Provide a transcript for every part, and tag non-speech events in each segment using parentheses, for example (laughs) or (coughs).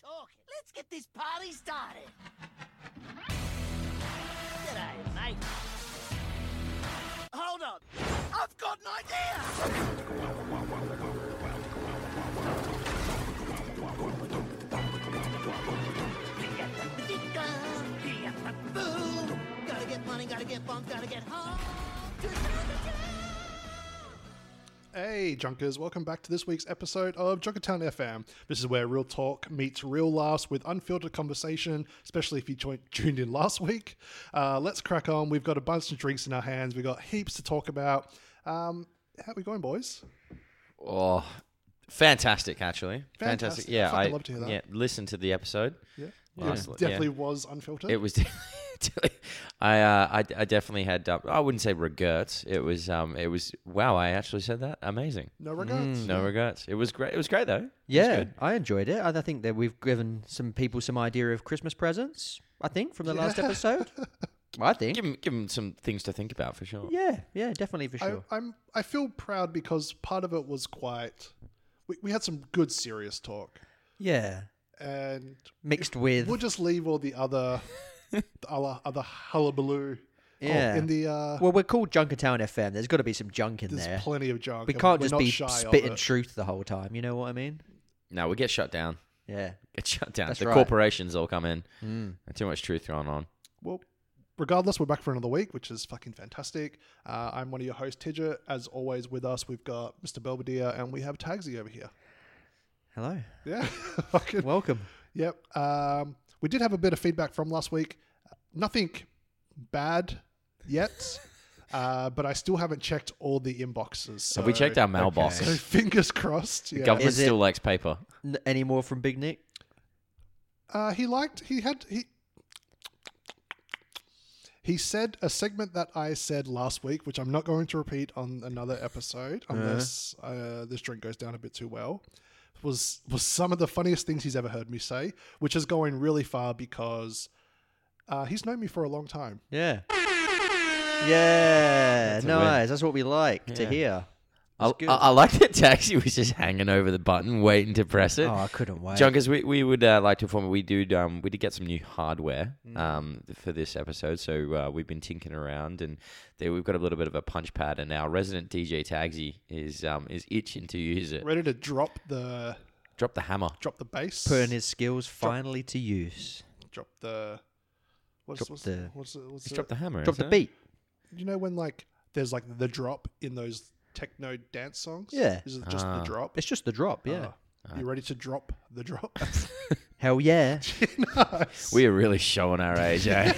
talking. Let's get this party started. G'day, mate. Hold on. I've got an idea! Boom! Gotta get money, gotta get bunk, gotta get home. To Hey, Junkers, welcome back to this week's episode of Junkertown FM. This is where real talk meets real laughs with unfiltered conversation, especially if you joined, (laughs) tuned in last week. Uh, let's crack on. We've got a bunch of drinks in our hands, we've got heaps to talk about. Um, how we going, boys? Oh, fantastic! Actually, fantastic. Fantastic. Yeah, Fucking love to hear that. yeah. Listen to the episode. Yeah. Yeah. It definitely was unfiltered. It was. (laughs) I, uh, I I definitely had. Uh, I wouldn't say regrets. It was um. It was wow. I actually said that. Amazing. no regards. mm, No regrets. It was great. It was great though. Yeah, I enjoyed it. I I think that we've given some people some idea of Christmas presents. I think from the (laughs) last episode. I think. Give him give him some things to think about for sure. Yeah, yeah, definitely for I, sure. I'm I feel proud because part of it was quite. We, we had some good serious talk, yeah, and mixed with we'll just leave all the (laughs) other, the other, other hullabaloo. yeah. in the uh, well, we're called Junkertown FM. There's got to be some junk in there's there. plenty of junk. we and can't we're just not be shy of spitting it. truth the whole time. You know what I mean? No, we get shut down. (laughs) Yeah. Get shut down. That's the right. corporations all come in. Mm. And Too much truth going on. Well, regardless, we're back for another week, which is fucking fantastic. Uh, I'm one of your hosts, Tidger. As always, with us we've got Mr. Belvedere and we have Tagsy over here. (laughs) Hello. Yeah, fucking Welcome. Yep. Um, we did have a bit of feedback from last week. Nothing bad (laughs) yet, uh, but I still haven't checked all the inboxes. So, Have we checked our mailboxes? (laughs) So (laughs) fingers crossed. Yeah. Government Is it- still likes paper. N- any more from Big Nick? Uh, he liked. He had. He. He said a segment that I said last week, which I'm not going to repeat on another episode, unless uh, this drink goes down a bit too well. Was was some of the funniest things he's ever heard me say, which is going really far because uh, he's known me for a long time. (laughs) Yeah. Yeah. a win. nice. That's what we like to Yeah. hear. I, good. I, I liked that (laughs) Taxi was just hanging over the button, waiting to press it. Oh, I couldn't wait. Junkers, we, we would uh, like to inform you, we do um, we did get some new hardware Mm. um, for this episode, so uh, we've been tinkering around and there we've got a little bit of a punch pad, and our resident DJ Tagsy is um, is itching to use it. Ready to drop the Drop the hammer. drop the bass, Putting his skills finally to use. drop the what's Drop what's the- what's, the, what's Just the, drop the hammer. Drop the isn't it? beat. you know when like there's like the drop in those techno dance songs. Yeah. is it Ah. just the drop? Ah. It's just the drop, yeah. You ready to drop the (laughs) drop? (laughs) Hell (laughs) yeah. Nice. We are really showing our age, (laughs) eh?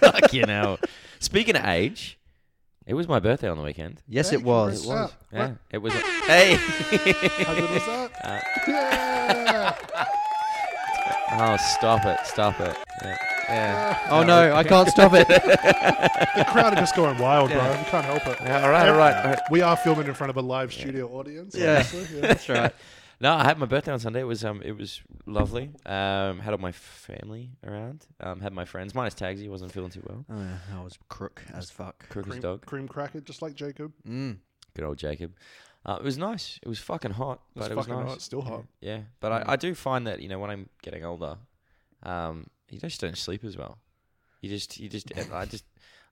like you know. Speaking of age, it was my birthday on the weekend. Yes, Hey, it was. congrats. Yeah, it was. A, hey, Ah, How good was (laughs) that? yeah. oh, stop it, stop it. Yeah. yeah. Oh no, I can't stop (laughs) it. Oh, The crowd are just going wild, bro. You can't help it. all right, all (laughs) right, all right. We are filming in front of a live studio audience. Yeah. obviously, (laughs) yeah. That's right. No, I had my birthday on Sunday. It was um, it was lovely. Um, had all my family around. Um, had my friends minus Tagsy. Wasn't feeling too well. Oh, yeah, I was crook as fuck. Crooker's Cream, dog. cream cracker, just like Jacob. Mm. Good old Jacob. Uh, it was nice. It was fucking hot, It's but it was fucking nice. hot. It's still hot. Yeah, but Mm. I, I do find that you know when I'm getting older, um, you just don't sleep as well. You just you (laughs) just I just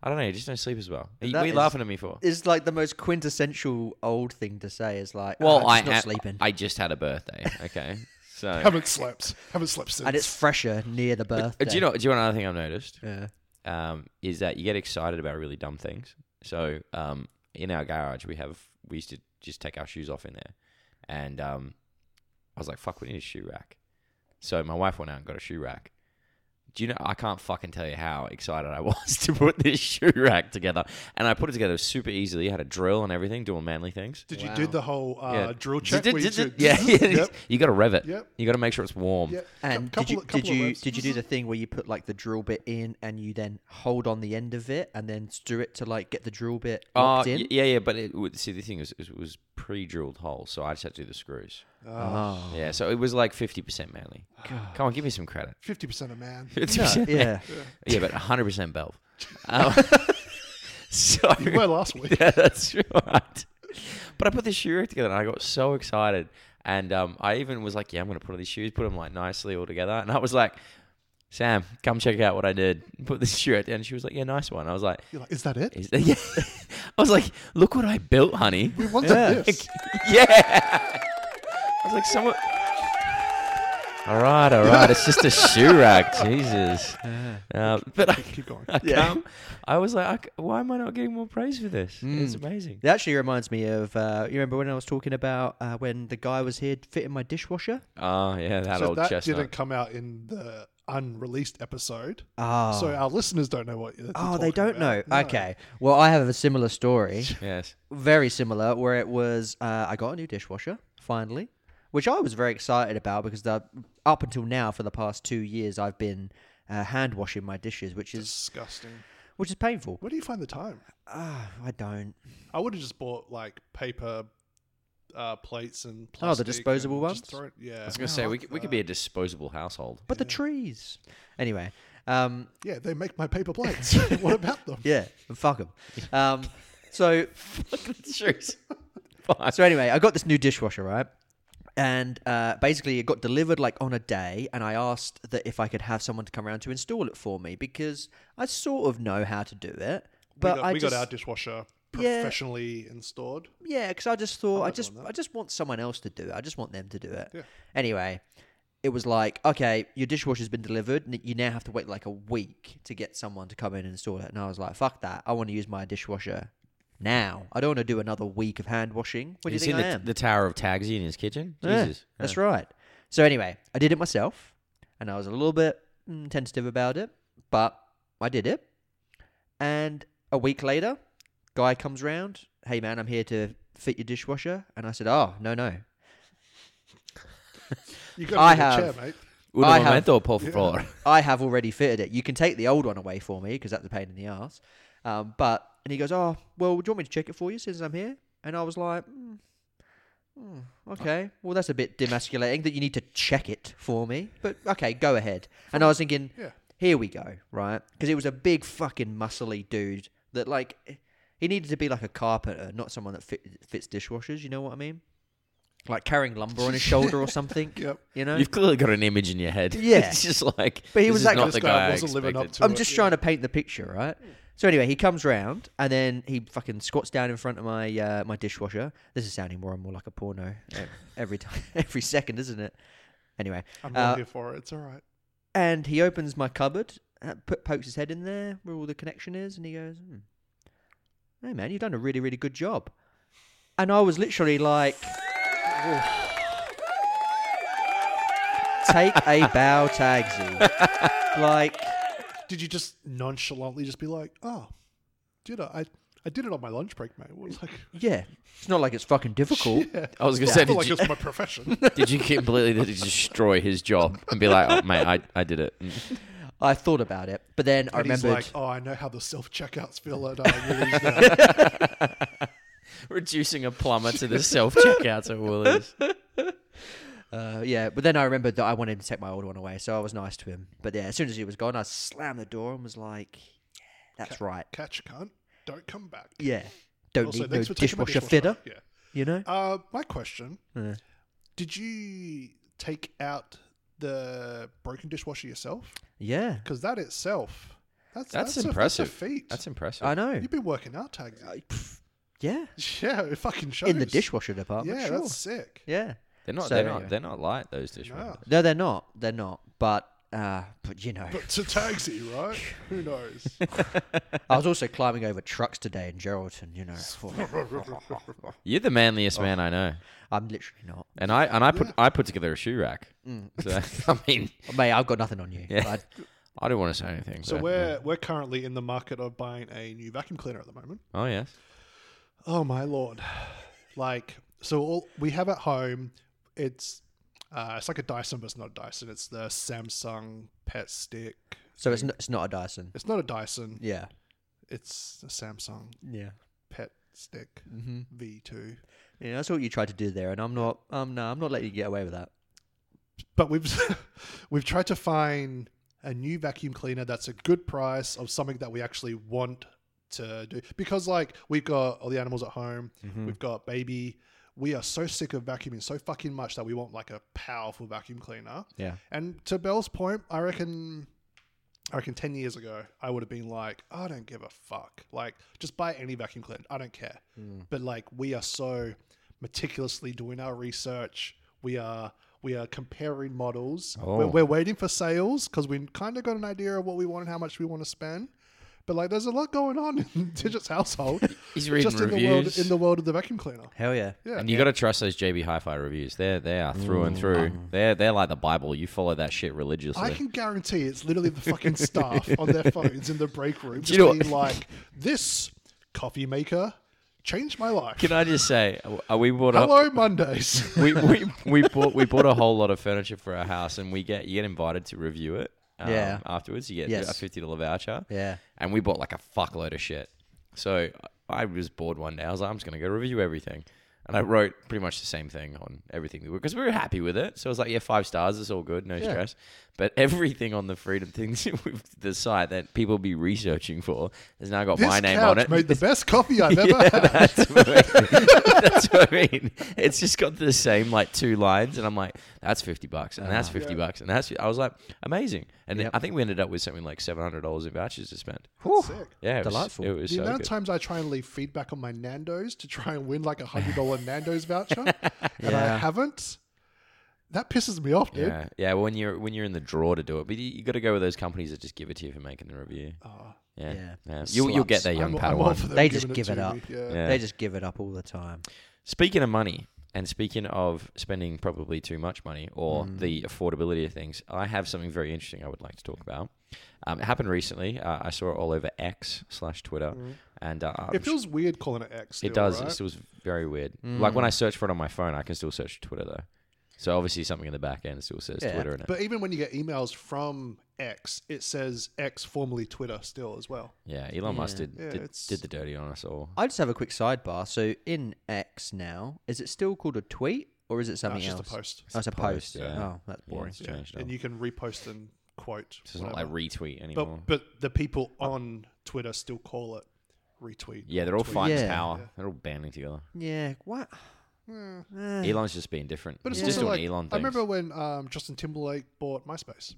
I don't know. You just don't sleep as well. What that are you is- laughing at me for? It's like the most quintessential old thing to say is like, Well, "Oh, I I'm just not ha- sleeping. I just had a birthday. (laughs) Okay, so Haven't slept. Haven't slept since. and it's fresher near the birthday. do you know? Do you know another thing I've noticed? Yeah. um, is that you get excited about really dumb things. So um, in our garage, we have we used to just take our shoes off in there, and um, I was like, "Fuck, we need a shoe rack." So my wife went out and got a shoe rack. Do you know? I can't fucking tell you how excited I (laughs) was to put this shoe rack together, and I put it together super easily. had a drill and everything, doing manly things. Did you do the whole uh, drill check? Did- where you did- did- do- (laughs) Yeah, yeah. (laughs) Yep. you got to rev it. Yep. You got to make sure it's warm. Yep. And Couple did you of- did couple of you revs. did you do the thing where you put like the drill bit in and you then hold on the end of it and then do it to like get the drill bit Uh, locked in? y- yeah, yeah, but it, w- see, the thing is, it was pre-drilled holes, so I just had to do the screws. Oh. Yeah, so it was like 50% (sighs) manly. Come on, give me some (laughs) credit. 50% of man. 50%. yeah. (laughs) Yeah, but 100% (laughs) Belv. Um, (laughs) so, (laughs) You were last week. yeah, that's right. But I put this shoe rack together and I got so excited. And um, I even was like, yeah, I'm going to put on these shoes, put them like nicely all together. And I was like, Sam, come check out what I did. Put this (laughs) shirt down. And she was like, yeah, nice one. I was like, You're like, is that it? is that, (laughs) yeah. I was like, look what I built, honey. (laughs) We wanted Yeah. this. (laughs) yeah. I was like, someone. All right, all right. It's just a shoe rack. (laughs) Jesus. Uh, but I, Keep going. I, Yeah. can't- I was like, I c why am I not getting more praise for this? It's amazing. That actually reminds me of uh, you remember when I was talking about uh, when the guy was here fitting my dishwasher. Oh, yeah, that So old that chestnut. didn't come out in the unreleased episode. Oh, So our listeners don't know what. you're- you're oh, they talking don't about. know. No. Okay, well I have a similar story, Yes. very similar, where it was uh, I got a new dishwasher finally, which I was very excited about because the, up until now for the past two years I've been uh, hand washing my dishes, which is Disgusting. which is painful. Where do you find the time? Ah, I don't. I would have just bought like paper uh, plates and Oh, the plastic disposable and just ones? throw it- yeah, I was going to say, we, c- we could be a disposable (laughs) household. But the trees, anyway. Um, yeah, they make my paper (laughs) plates. (laughs) what about them? yeah, fuck them. Um, so Shoes. Fine. So anyway, I got this new dishwasher, right? And uh, basically, it got delivered like on a day, and I asked that if I could have someone to come around to install it for me because I sort of know how to do it, but we got, I we just got our dishwasher Yeah. professionally installed. yeah, because I just thought I not just doing that. I just want someone else to do it. I just want them to do it. Yeah. Anyway, it was like okay, your dishwasher's been delivered, and you now have to wait like a week to get someone to come in and install it. And I was like, fuck that! I want to use my dishwasher now. I don't want to do another week of hand washing. What do you He's think in I the, am? the Tower of Tagsy in his kitchen? Yeah, Jesus. that's right. So anyway, I did it myself, and I was a little bit mm, tentative about it, but I did it. And a week later, guy comes round. Hey man, I'm here to fit your dishwasher, and I said, oh no no, You got I a chair, have- mate. Uno I have- momento, por favor. I have already fitted it. You can take the old one away for me because that's a pain in the ass. Um, but and he goes, oh well, do you want me to check it for you since I'm here? And I was like. Mm, mm, Okay, well that's a bit demasculating that you need to check it for me. But okay, go ahead. And I was thinking, Yeah. here we go, right? Because it was a big fucking muscly dude that like he needed to be like a carpenter, not someone that fit, fits dishwashers. You know what I mean? Like carrying lumber on his shoulder or something. Yep. You know. You've clearly got an image in your head. (laughs) Yeah. It's just like, But he this was is like- not This the guy guy I wasn't living up expected. to I'm it, just yeah. trying to paint the picture, right? So anyway, he comes round and then he fucking squats down in front of my uh, my dishwasher. This is sounding more and more like a porno e- every time, (laughs) every second, isn't it? Anyway, I'm uh, not here for it. It's all right. and he opens my cupboard, uh, put, pokes his head in there where all the connection is, and he goes, hmm, "Hey man, you've done a really really good job." And I was literally like, "Take a bow, (laughs) Tagsy." like, Did you just nonchalantly just be like, oh, did I? I, I did it on my lunch break, mate. It was like, (laughs) yeah, it's not like it's fucking difficult. I was going I (laughs) to say, feel did, like you, it's my profession. did you completely just destroy his job and be like, oh, mate, I, I did it? (laughs) Mm. I thought about it, but then I And he's remembered. like, oh, I know how the self checkouts feel at uh, Woolies now." (laughs) oh. uh, Uh, (laughs) uh, (laughs) (laughs) (laughs) Oh, uh, Mm-hmm. (laughs) we are so sick of vacuuming so fucking much that we want like a powerful vacuum cleaner. Yeah. And to Bell's point, I reckon, I reckon ten years ago, I would have been like, I don't give a fuck. Like, just buy any vacuum cleaner. I don't care. Hmm. But like, we are so meticulously doing our research. We are we are comparing models. Oh. We're, we're waiting for sales because we kind of got an idea of what we want and how much we want to spend. But like, there's a lot going on (laughs) in Digit's household. He's reading just in the world reviews. in the world of the vacuum cleaner. Hell yeah. Yeah. And you got to trust those JB Hi-Fi reviews. They're they are through and through. They're they're like the Bible. You follow that shit religiously. I can guarantee it's literally the fucking staff on (laughs) their phones in the break room just you know being what- like, "This coffee maker changed my life." Can I just say, uh, we bought a Hello Mondays. (laughs) we, we we bought we bought a whole lot of furniture for our house, and we get you get invited to review it. um, Yeah. Afterwards, you get Yes. a fifty dollar voucher. Yeah. And we bought like a fuckload of shit. So I was bored one day. I was like, I'm just gonna go review everything. And I wrote pretty much the same thing on everything we were because we were happy with it. So I was like, yeah, five stars, it's all good, no stress. But (laughs) everything on the freedom things (laughs) with the site that people be researching for has now got This my name couch on it. made the best coffee I've ever Yeah, had. that's what, I mean. (laughs) that's what I mean. It's just got the same like two lines, and I'm like, that's fifty bucks, and Ah. that's fifty bucks, and that's. I was like, amazing, and Yep. I think we ended up with something like seven hundred dollars in vouchers to spend. That's sick. Yeah, it was, Delightful. It was The so amount good. of times I try and leave feedback on my Nando's to try and win like a hundred dollar (laughs) Nando's voucher, and I Yeah. haven't, that pisses me off, dude. yeah, yeah. When you're when you're in the draw to do it, but you, you got to go with those companies that just give it to you for making the review. yeah, Yeah. yeah. You'll, you'll get Sluts. there, young Oh, I'm, I'm all Padawan. for them They just giving give it to up. me, Yeah. Yeah. They just give it up all the time. Speaking of money, and speaking of spending probably too much money or Mm. the affordability of things, I have something very interesting I would like to talk about. Um, it happened recently. Uh, I saw it all over X slash Twitter, and uh, I'm Mm. It sure- feels weird calling it X. Still, it does. Right? Mm. It feels very weird. Like when I search for it on my phone, I can still search Twitter though. So obviously something in the back end still says Yeah. Twitter in it. But even when you get emails from X, it says X formerly Twitter still as well. yeah, Elon Musk did, Yeah, did, it's- did the dirty on us all. I just have a quick sidebar. So in X now, is it still called a tweet or is it No, something it's just else? a post. Oh, it's a post, post. yeah. Oh, that's Yeah, boring. it's changed and up. you can repost and quote. So it's not like whatever. retweet anymore. but but the people on Twitter still call it retweet. yeah, they're all fighting Yeah. power. They're all banding together. Yeah. What? Hmm. Eh. Elon's just being different. But it's He's just also doing like Elon I things. remember when um, Justin Timberlake bought MySpace.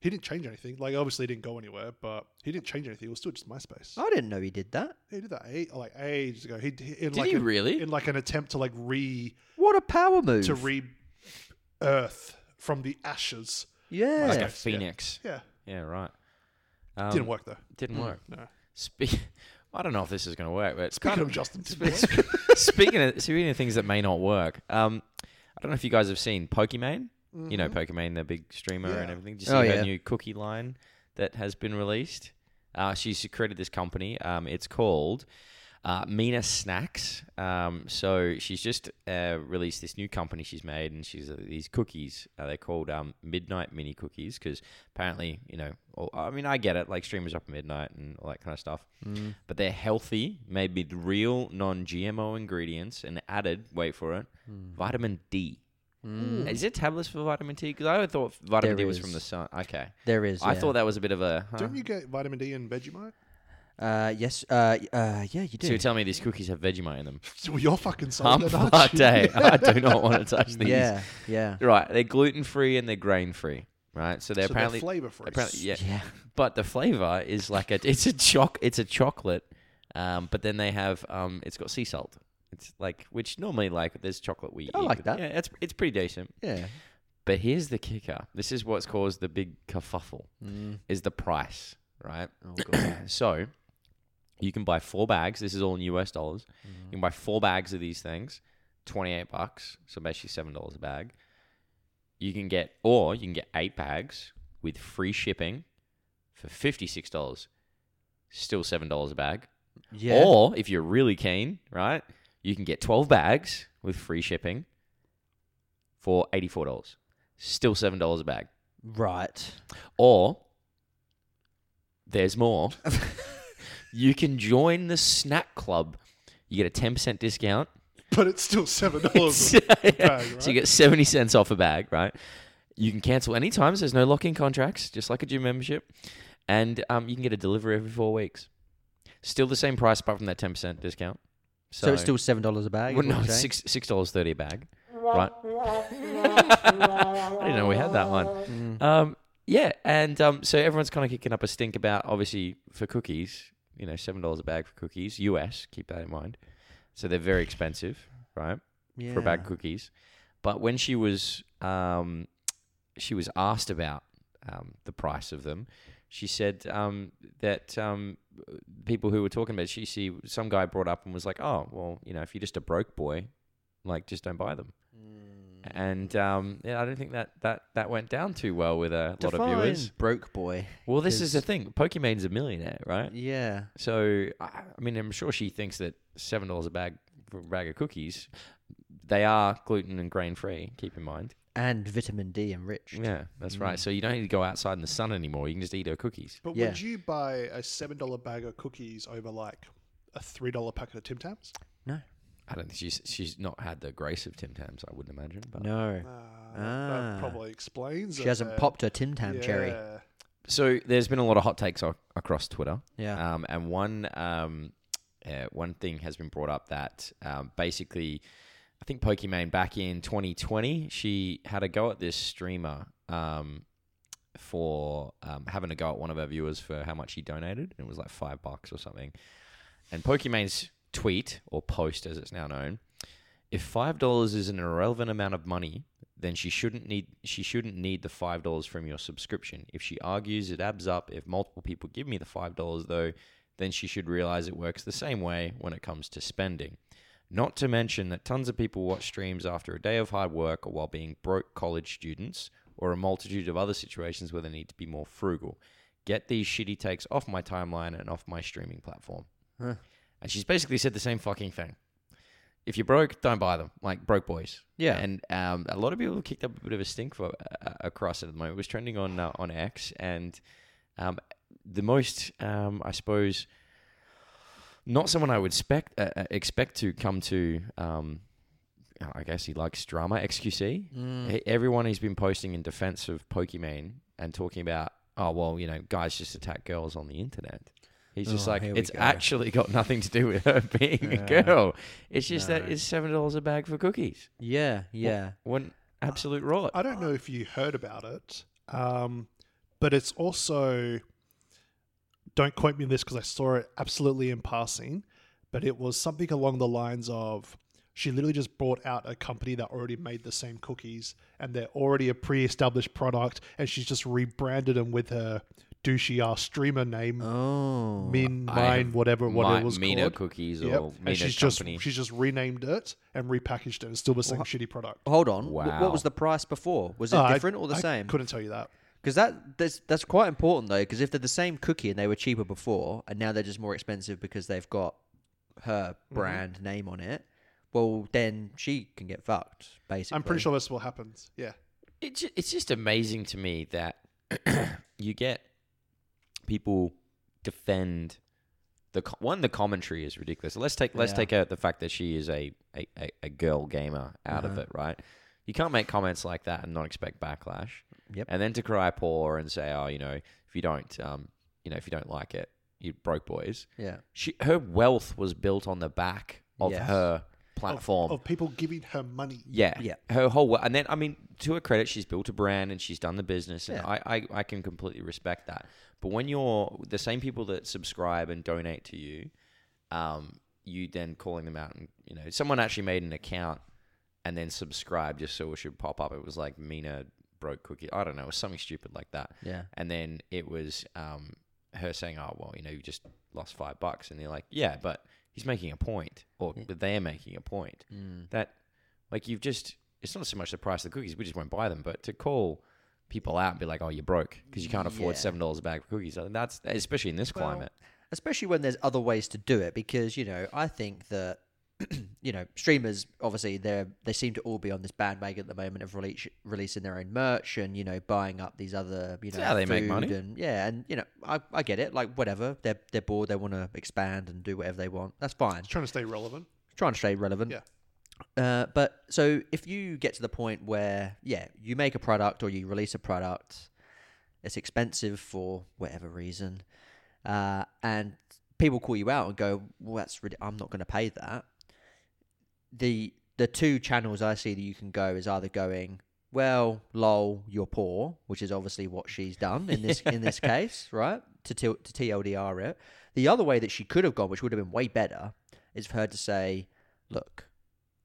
He didn't change anything. Like obviously it didn't go anywhere, but he didn't change anything. It was still just MySpace. I didn't know he did that. He did that eight, like ages ago. He he- in Did like he a- really? in like an attempt to like re What a power move. to re Earth from the ashes. yeah. like Yeah. a phoenix. Yeah, Yeah, right. Um, didn't work though. Didn't work. no. Spe- (laughs) I don't know if this is going to work, but Speaking kind of Justin Timberlake, (laughs) speaking of speaking of things that may not work, um, I don't know if you guys have seen Pokimane. You know Pokimane, the big streamer and Mm-hmm. Yeah. everything. Did you see Oh, her yeah. new cookie line that has been released? Uh, she's created this company. Um, it's called uh, Mina Snacks. Um, so she's just uh, released this new company she's made, and she's uh, these cookies. Uh, they're called um, Midnight Mini Cookies because apparently, you know, all, I mean, I get it. Like streamers up at midnight and all that kind of stuff. Mm. But they're healthy, made with real non-GMO ingredients and added. Wait for it, Hmm. vitamin D. Is there tablets for vitamin D? Because I thought vitamin Mm. There D was from is. the sun. Okay, There is. I yeah. thought that was a bit of a. Huh? (laughs) don't you get vitamin D in Vegemite? Uh, yes. Uh, y- uh, yeah, you do. so you're telling me these cookies have Vegemite in them? (laughs) (laughs) Well, you're fucking I'm sold. then, aren't (laughs) fucked, (laughs) you? eh? I do (laughs) not want to touch these. yeah. Yeah. Right, they're gluten free and they're grain free. Right, so they're So apparently they're flavor free. apparently yeah. Yeah. But the flavor is like a it's a choc it's a chocolate, um, but then they have um, it's got sea salt. It's like which normally like there's chocolate we I eat like with- that. Yeah, it's it's pretty decent. Yeah. But here's the kicker. This is what's caused the big kerfuffle Hmm. is the price, right? Mm. Oh, (coughs) God. (clears throat) So you can buy four bags. This is all in US dollars. You can buy four bags of these things, 28 bucks. So basically $7 a bag. You can get, or you can get eight bags with free shipping for $56. Still $7 a bag. yeah. Or if you're really keen, right, you can get 12 bags with free shipping for $84. Still $7 a bag. (laughs) Right. Or there's more. you can join the snack club. You get a 10% discount. but it's still seven (laughs) dollars. (laughs) bag, So you get 70 cents off a bag, right? You can cancel any times. There's no lock in contracts, just like a gym membership. And um, you can get a delivery every four weeks. Still the same price apart from that 10% discount. So, it's still seven dollars a bag. is Well, what no, you're it's saying? six six dollars thirty a bag, right? I didn't know we had that one. Mm. Um, yeah, and um, so everyone's kind of kicking up a stink about obviously for cookies. You know, seven dollars a bag for cookies, US. Keep that in mind. So they're very expensive, right, for a bag Yeah. of cookies. But when she was um, she was asked about um, the price of them, she said um, that um, people who were talking about she she some guy brought up and was like, oh well, you know, if you're just a broke boy, like just don't buy them. Mm. And um, yeah, I don't think that, that, that went down too well with a lot of viewers. Define (laughs) Broke boy. Well, this is the 'Cause- thing. Pokemon's a millionaire, right? Yeah. So, I, I mean, I'm sure she thinks that seven dollars a bag for a bag of cookies, they are gluten and grain free. Keep in mind. Mm. And vitamin D enriched. Yeah, that's right. So you don't need to go outside in the sun anymore. You can just eat her cookies. But Yeah. would you buy a seven dollar bag of cookies over like a three dollar packet of Tim Tams? No. I don't think she's she's not had the grace of Tim Tams. I wouldn't imagine. But. No. Uh, Ah. That probably explains. She it hasn't then. popped her Tim Tam cherry. Yeah. So there's been a lot of hot takes ac- across Twitter. Yeah. Um, and one um, uh, one thing has been brought up that um, basically, I think Pokimane back in 2020, she had a go at this streamer um, for um, having a go at one of her viewers for how much she donated. It was like five bucks or something. And Pokimane's tweet or post, as it's now known, if five dollars is an irrelevant amount of money, then she shouldn't need she shouldn't need the five dollars from your subscription. If she argues it adds up, if multiple people give me the five dollars though, then she should realize it works the same way when it comes to spending. Not to mention that tons of people watch streams after a day of hard work or while being broke college students or a multitude of other situations where they need to be more frugal. Get these shitty takes off my timeline and off my streaming platform. Huh. And she's basically said the same fucking thing if you're broke, don't buy them. Like broke boys. Yeah. And um, a lot of people kicked up a bit of a stink for uh, across it at the moment. It was trending on uh, on X, and um, the most, um, I suppose, not someone I would expect uh, uh, expect to come to. Um, I guess he likes drama. XQC. Mm. E- Everyone he's been posting in defense of Pokemon and talking about, oh well, you know, guys just attack girls on the internet. He's just Oh, like, here we it's go. actually got nothing to do with her (laughs) being a girl. It's just that it's seven dollars a bag for cookies. Yeah. Yeah. One absolute rot. I don't know if you heard about it, um, but it's also. Don't quote me on this because I saw it absolutely in passing, but it was something along the lines of she literally just brought out a company that already made the same cookies and they're already a pre established product and she's just rebranded them with her douchey ass streamer name, Oh. Min, I Mine, have whatever, what My- it was Mina called. cookies Yep. or Mina And she's company. just she's just renamed it and repackaged it. It's still the same shitty product. Hold on. Wh- Wow. What was the price before? Was it Oh, I- different or the I same? Couldn't tell you that. Because that that's, that's quite important though. Because if they're the same cookie and they were cheaper before, and now they're just more expensive because they've got her Mm-hmm. brand name on it, well then she can get fucked. Basically, I'm pretty sure that's what happens. Yeah. it ju- it's just amazing to me that (clears throat) you get people defend the co- one the commentary is ridiculous. Let's take let's Yeah. take out the fact that she is a a, a, a girl gamer out Uh-huh. of it, right? You can't make comments like that and not expect backlash. Yep. And then to cry poor and say, oh, you know, if you don't, um, you know, if you don't like it, you broke boys. Yeah. She, her wealth was built on the back of Yes. her Of- platform. Of, people giving her money. Yeah. Yeah. Her whole work. And then, I mean, to her credit, she's built a brand and she's done the business. And Yeah. I, I, I can completely respect that. But when you're the same people that subscribe and donate to you, um, you then calling them out and, you know, someone actually made an account and then subscribed just so it should pop up. It was like Mina broke cookie. I don't know. It was something stupid like that. Yeah. And then it was um, her saying, "Oh, well, you know, you just lost five bucks," and they're like, "Yeah, but he's making a point, or they're making a point Mm. that, like, you've just—it's not so much the price of the cookies; we just won't buy them. But to call people out and be like, "Oh, you're broke because you can't afford Yeah. seven dollars a bag of cookies," I think that's especially in this climate. especially when there's other ways to do it because you know i think that (clears throat) you know streamers obviously they're they seem to all be on this bandwagon at the moment of release, releasing their own merch and you know buying up these other you know how they make food money. and yeah and you know i, I get it like whatever they're, they're bored they want to expand and do whatever they want that's fine Trying to stay relevant. trying to stay relevant Yeah. uh, but so if you get to the point where yeah you make a product or you release a product it's expensive for whatever reason uh, and people call you out and go well that's rid- i'm not going to pay that the the two channels I see that you can go is either going well, lol, you're poor, which is obviously what she's done in this in this case, right? To t- to TLDR it. The other way that she could have gone, which would have been way better, is for her to say, "Look,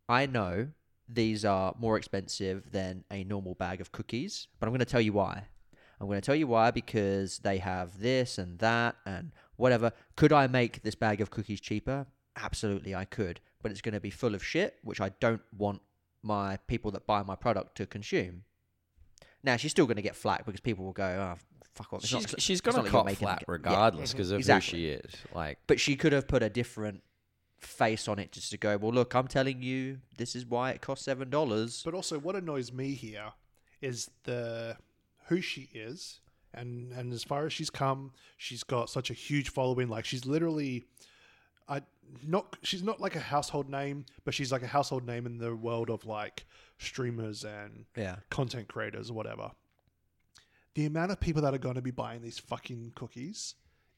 I know these are more expensive than a normal bag of cookies, but I'm going to tell you why. I'm going to tell you why because they have this and that and whatever. Could I make this bag of cookies cheaper? Absolutely, I could, but it's going to be full of shit, which I don't want my people that buy my product to consume. Now she's still going to get flack because people will go, "Oh, fuck off." It's not- She's, it's she's not gonna like you're cop making- flat Yeah, mhm, Mm-hmm. regardless because of exactly. who she is. Like, but she could have put a different face on it just to go, well, look, I'm telling you, this is why it costs seven dollars. But also, what annoys me here is the who she is, and and as far as she's come, she's got such a huge following. Like she's literally, I not she's not like a household name, but she's like a household name in the world of like streamers and Yeah, content creators or whatever. The amount of people that are going to be buying these fucking cookies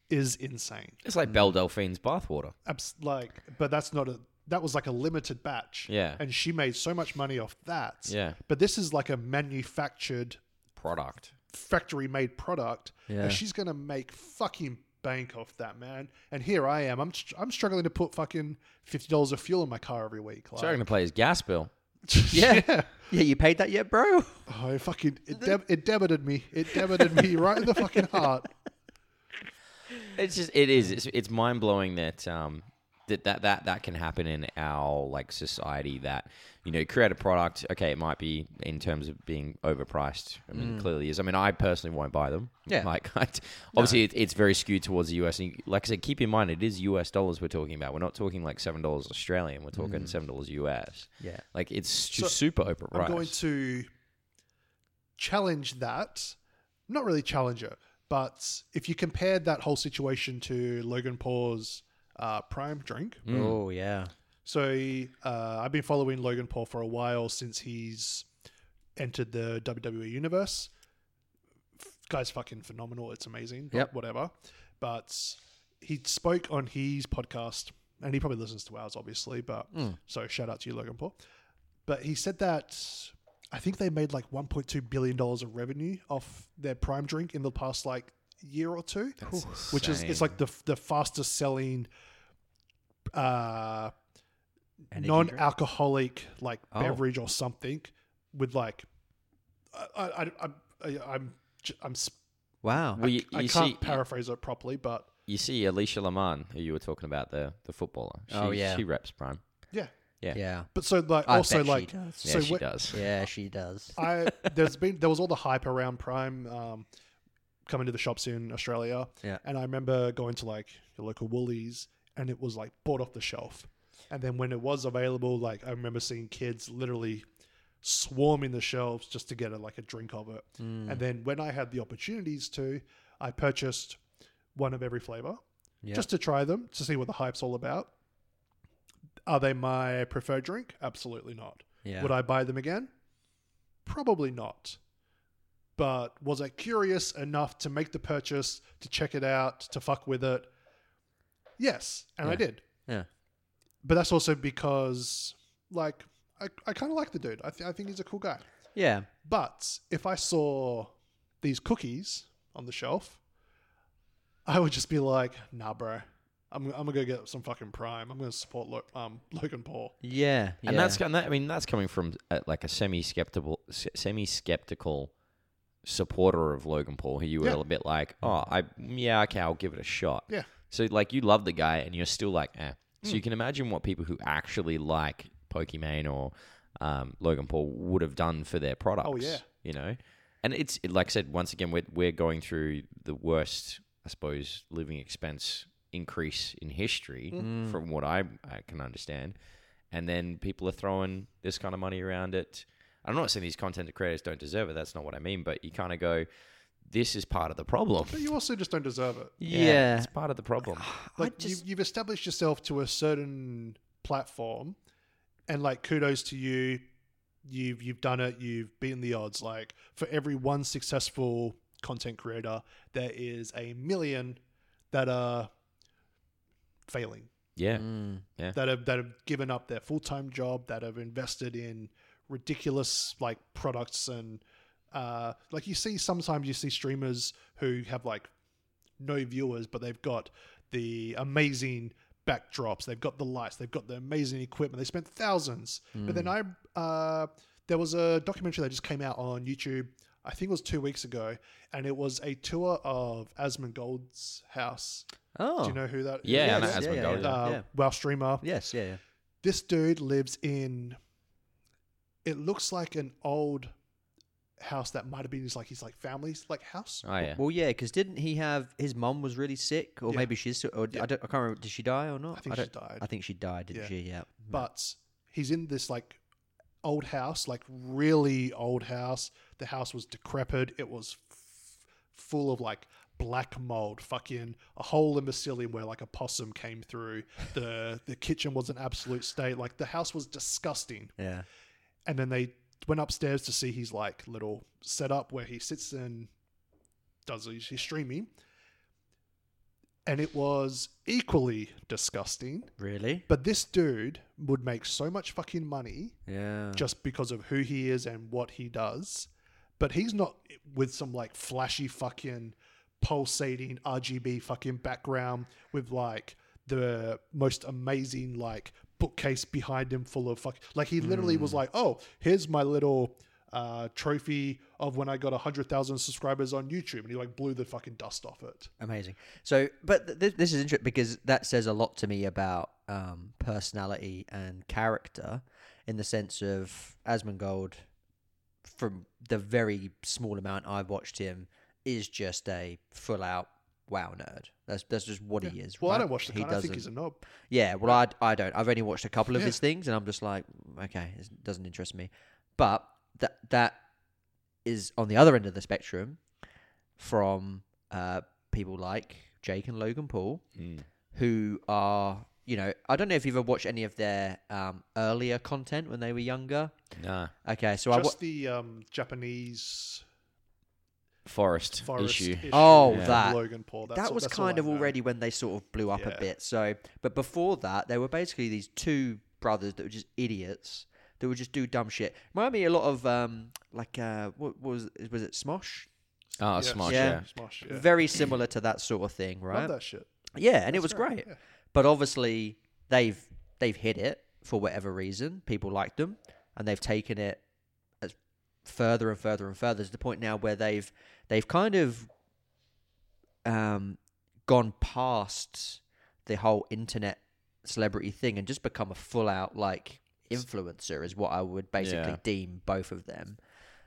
is insane. it's like Belle Delphine's bathwater. Abs- like, but that's not a that was like a limited batch. Yeah. and she made so much money off that. Yeah. but this is like a manufactured, Product. factory-made product, Yeah. and she's gonna make fucking bank off that man. And here I am. I'm str- I'm struggling to put fucking fifty dollars of fuel in my car every week. Like, So I'm (laughs) going to play his gas bill. yeah, yeah. You paid that yet, bro? Oh, it fucking it, deb- it debited me. It debited me right in the fucking heart. It's just it is it's, it's mind blowing that um that, that that that can happen in our like society that you know create a product okay it might be in terms of being overpriced I mean Mm. it clearly is I mean I personally won't buy them Yeah. (laughs) like I, obviously it, it's very skewed towards the US and like I said keep in mind it is US dollars we're talking about we're not talking like seven dollars Australian we're talking seven dollars US Yeah. like it's just Mm. So, super overpriced I'm going to challenge that. Not really challenge it, but if you compared that whole situation to Logan Paul's uh, prime drink, Oh yeah, so uh, I've been following Logan Paul for a while since he's entered the WWE universe. F- guy's fucking phenomenal. It's amazing. Yep. Whatever. But he spoke on his podcast, and he probably listens to ours, obviously. But so shout out to you, Logan Paul. But he said that I think they made like 1.2 billion dollars of revenue off their prime drink in the past like year or two, which is it's insane. like the the fastest selling. Uh, Energy drink? non-alcoholic like Oh. beverage or something with like I I I, I I'm j- I'm sp- Wow. well, you, I you can't see, paraphrase it properly, but you see Alicia Laman who you were talking about the the footballer she, Oh, yeah. she reps prime yeah. yeah. yeah. But so like I also bet she like does. yeah so she what- does Yeah, she does. I there's been there was all the hype around Prime um, coming to the shops in Australia, Yeah. and I remember going to like your local Woolies and it was like bought off the shelf, and then when it was available, like I remember seeing kids literally swarming the shelves just to get a, like a drink of it, Mm. and then when I had the opportunities to, I purchased one of every flavor Yeah. just to try them to see what the hype's all about. Are they my preferred drink? Absolutely not. Yeah. Would I buy them again? Probably not. But was I curious enough to make the purchase, to check it out, to fuck with it? Yes, and I Yeah. did. Yeah. But that's also because, like, I, I kind of like the dude. I, th- I think he's a cool guy. Yeah. But if I saw these cookies on the shelf, I would just be like, nah, bro. I'm, I'm gonna go get some fucking prime. I'm gonna support Lo- um, Logan Paul. Yeah. and that's and that, I mean that's coming from uh, like a semi skeptical semi skeptical supporter of Logan Paul who you were Yeah. a bit like oh I yeah okay I'll give it a shot Yeah. Mm. so like you love the guy and you're still like eh so you can imagine what people who actually like Pokimane or um, Logan Paul would have done for their products Oh, yeah. you know and it's like I said once again we're we're going through the worst I suppose living expense increase in history Mm. Mm. from what I, I can understand and then people are throwing this kind of money around it. I'm not saying these content creators don't deserve it. That's not what I mean. But you kind of go, this is part of the problem. But (laughs) you also just don't deserve it. Yeah. it's part of the (sighs) problem. like just- you, you've established yourself to a certain platform and like kudos to you you've you've done it you've beaten the odds like for every one successful content creator there is a million that are failing Yeah. Mm. that have that have given up their full time job, that have invested in ridiculous like products and uh, like you see sometimes you see streamers who have like no viewers, but they've got the amazing backdrops, they've got the lights, they've got the amazing equipment. They spent thousands. But then Hmm. I uh, there was a documentary that just came out on YouTube. I think it was two weeks ago, and it was a tour of Asmongold's house. Oh. Do you know who that is? Yeah, Yeah, I know yeah, Asmongold, yeah, yeah, yeah. Uh, WoW streamer Yes, yeah, yeah. this dude lives in it looks like an old house that might have been his like his like family's like house Oh yeah. Well, yeah, because didn't he have his mum was really sick, or Yeah. maybe she's still, or I, don't, I can't remember. Did she die or not? I think she don't- died. I think she died, didn't Yeah. she? Yeah. but he's in this like old house like really old house the house was decrepit it was f- full of like black mold fucking a hole in the ceiling where like a possum came through the the kitchen was an absolute state like the house was disgusting Yeah. and then they went upstairs to see his like little setup where he sits and does his, his streaming and it was equally disgusting Really? but this dude would make so much fucking money Yeah. just because of who he is and what he does but he's not with some like flashy fucking pulsating rgb fucking background with like the most amazing like bookcase behind him full of fuck like he literally Hmm. was like oh here's my little uh, trophy of when I got 100,000 subscribers on YouTube and he like blew the fucking dust off it. Amazing. So, but th- th- this is interesting because that says a lot to me about um, personality and character in the sense of Asmongold, from the very small amount I've watched him, is just a full out wow nerd. That's that's just what he is. Well, I right? don't watch the He guy. I think doesn't- he's a knob. Yeah, well, I, I don't. I've only watched a couple of Yeah. his things, and I'm just like, mm, okay, it doesn't interest me. But that that is on the other end of the spectrum from uh, people like Jake and Logan Paul, Mm. who are, you know, I don't know if you've ever watched any of their um, earlier content when they were younger. Nah. Okay, so I. Just Wa- the um, Japanese Forest, forest issue. Oh, from that. Logan Paul. That's that all- was that's all kind I of know. already when they sort of blew up Yeah. a bit. So, but before that, they were basically these two brothers that were just idiots that would just do dumb shit. Remind me a lot of um, like uh, what was was it Smosh? Oh, Yeah. Smosh, Yeah. yeah. Smosh, yeah. Very similar to that sort of thing, Love right? that shit. Yeah, and it was great. yeah. But obviously, they've they've hit it for whatever reason. People liked them, and they've taken it as further and further and further to the point now where they've they've kind of um, gone past the whole internet celebrity thing and just become a full out like influencer is what I would basically Yeah. deem both of them.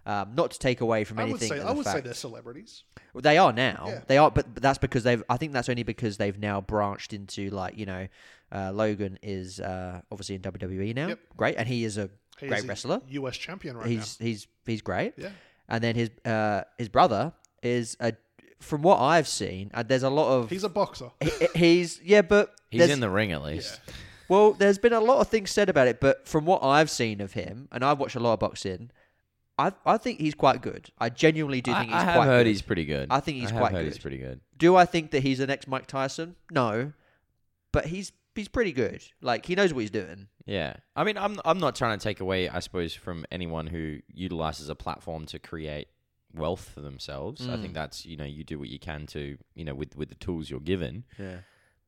Um, not to take away from I would anything. say that I the would say fact- they're celebrities. well, They are now. Yeah. They are, but, but that's because they've. I think that's only because they've now branched into like you know, uh, Logan is uh, obviously in WWE now. Yep. Great, and he is a He great is a wrestler. U.S. champion right he's he's he's great. now. Yeah, And then his uh, his brother is a. From what I've seen, uh, there's a lot of he's a boxer. he- he's yeah, but He's there's- in the ring at least. well, there's been a lot of things said about it, but from what I've seen of him, and I've watched a lot of boxing, I I think he's quite good. I genuinely do I, think he's I have quite heard good. he's pretty good. I think he's have quite heard good. He's pretty good. Do I think that he's the next Mike Tyson? No, but he's he's pretty good. Like he knows what he's doing. Yeah, I mean, I'm I'm not trying to take away, I suppose, from anyone who utilizes a platform to create wealth for themselves. I think that's you know you do what you can to you know with with the tools you're given. Yeah.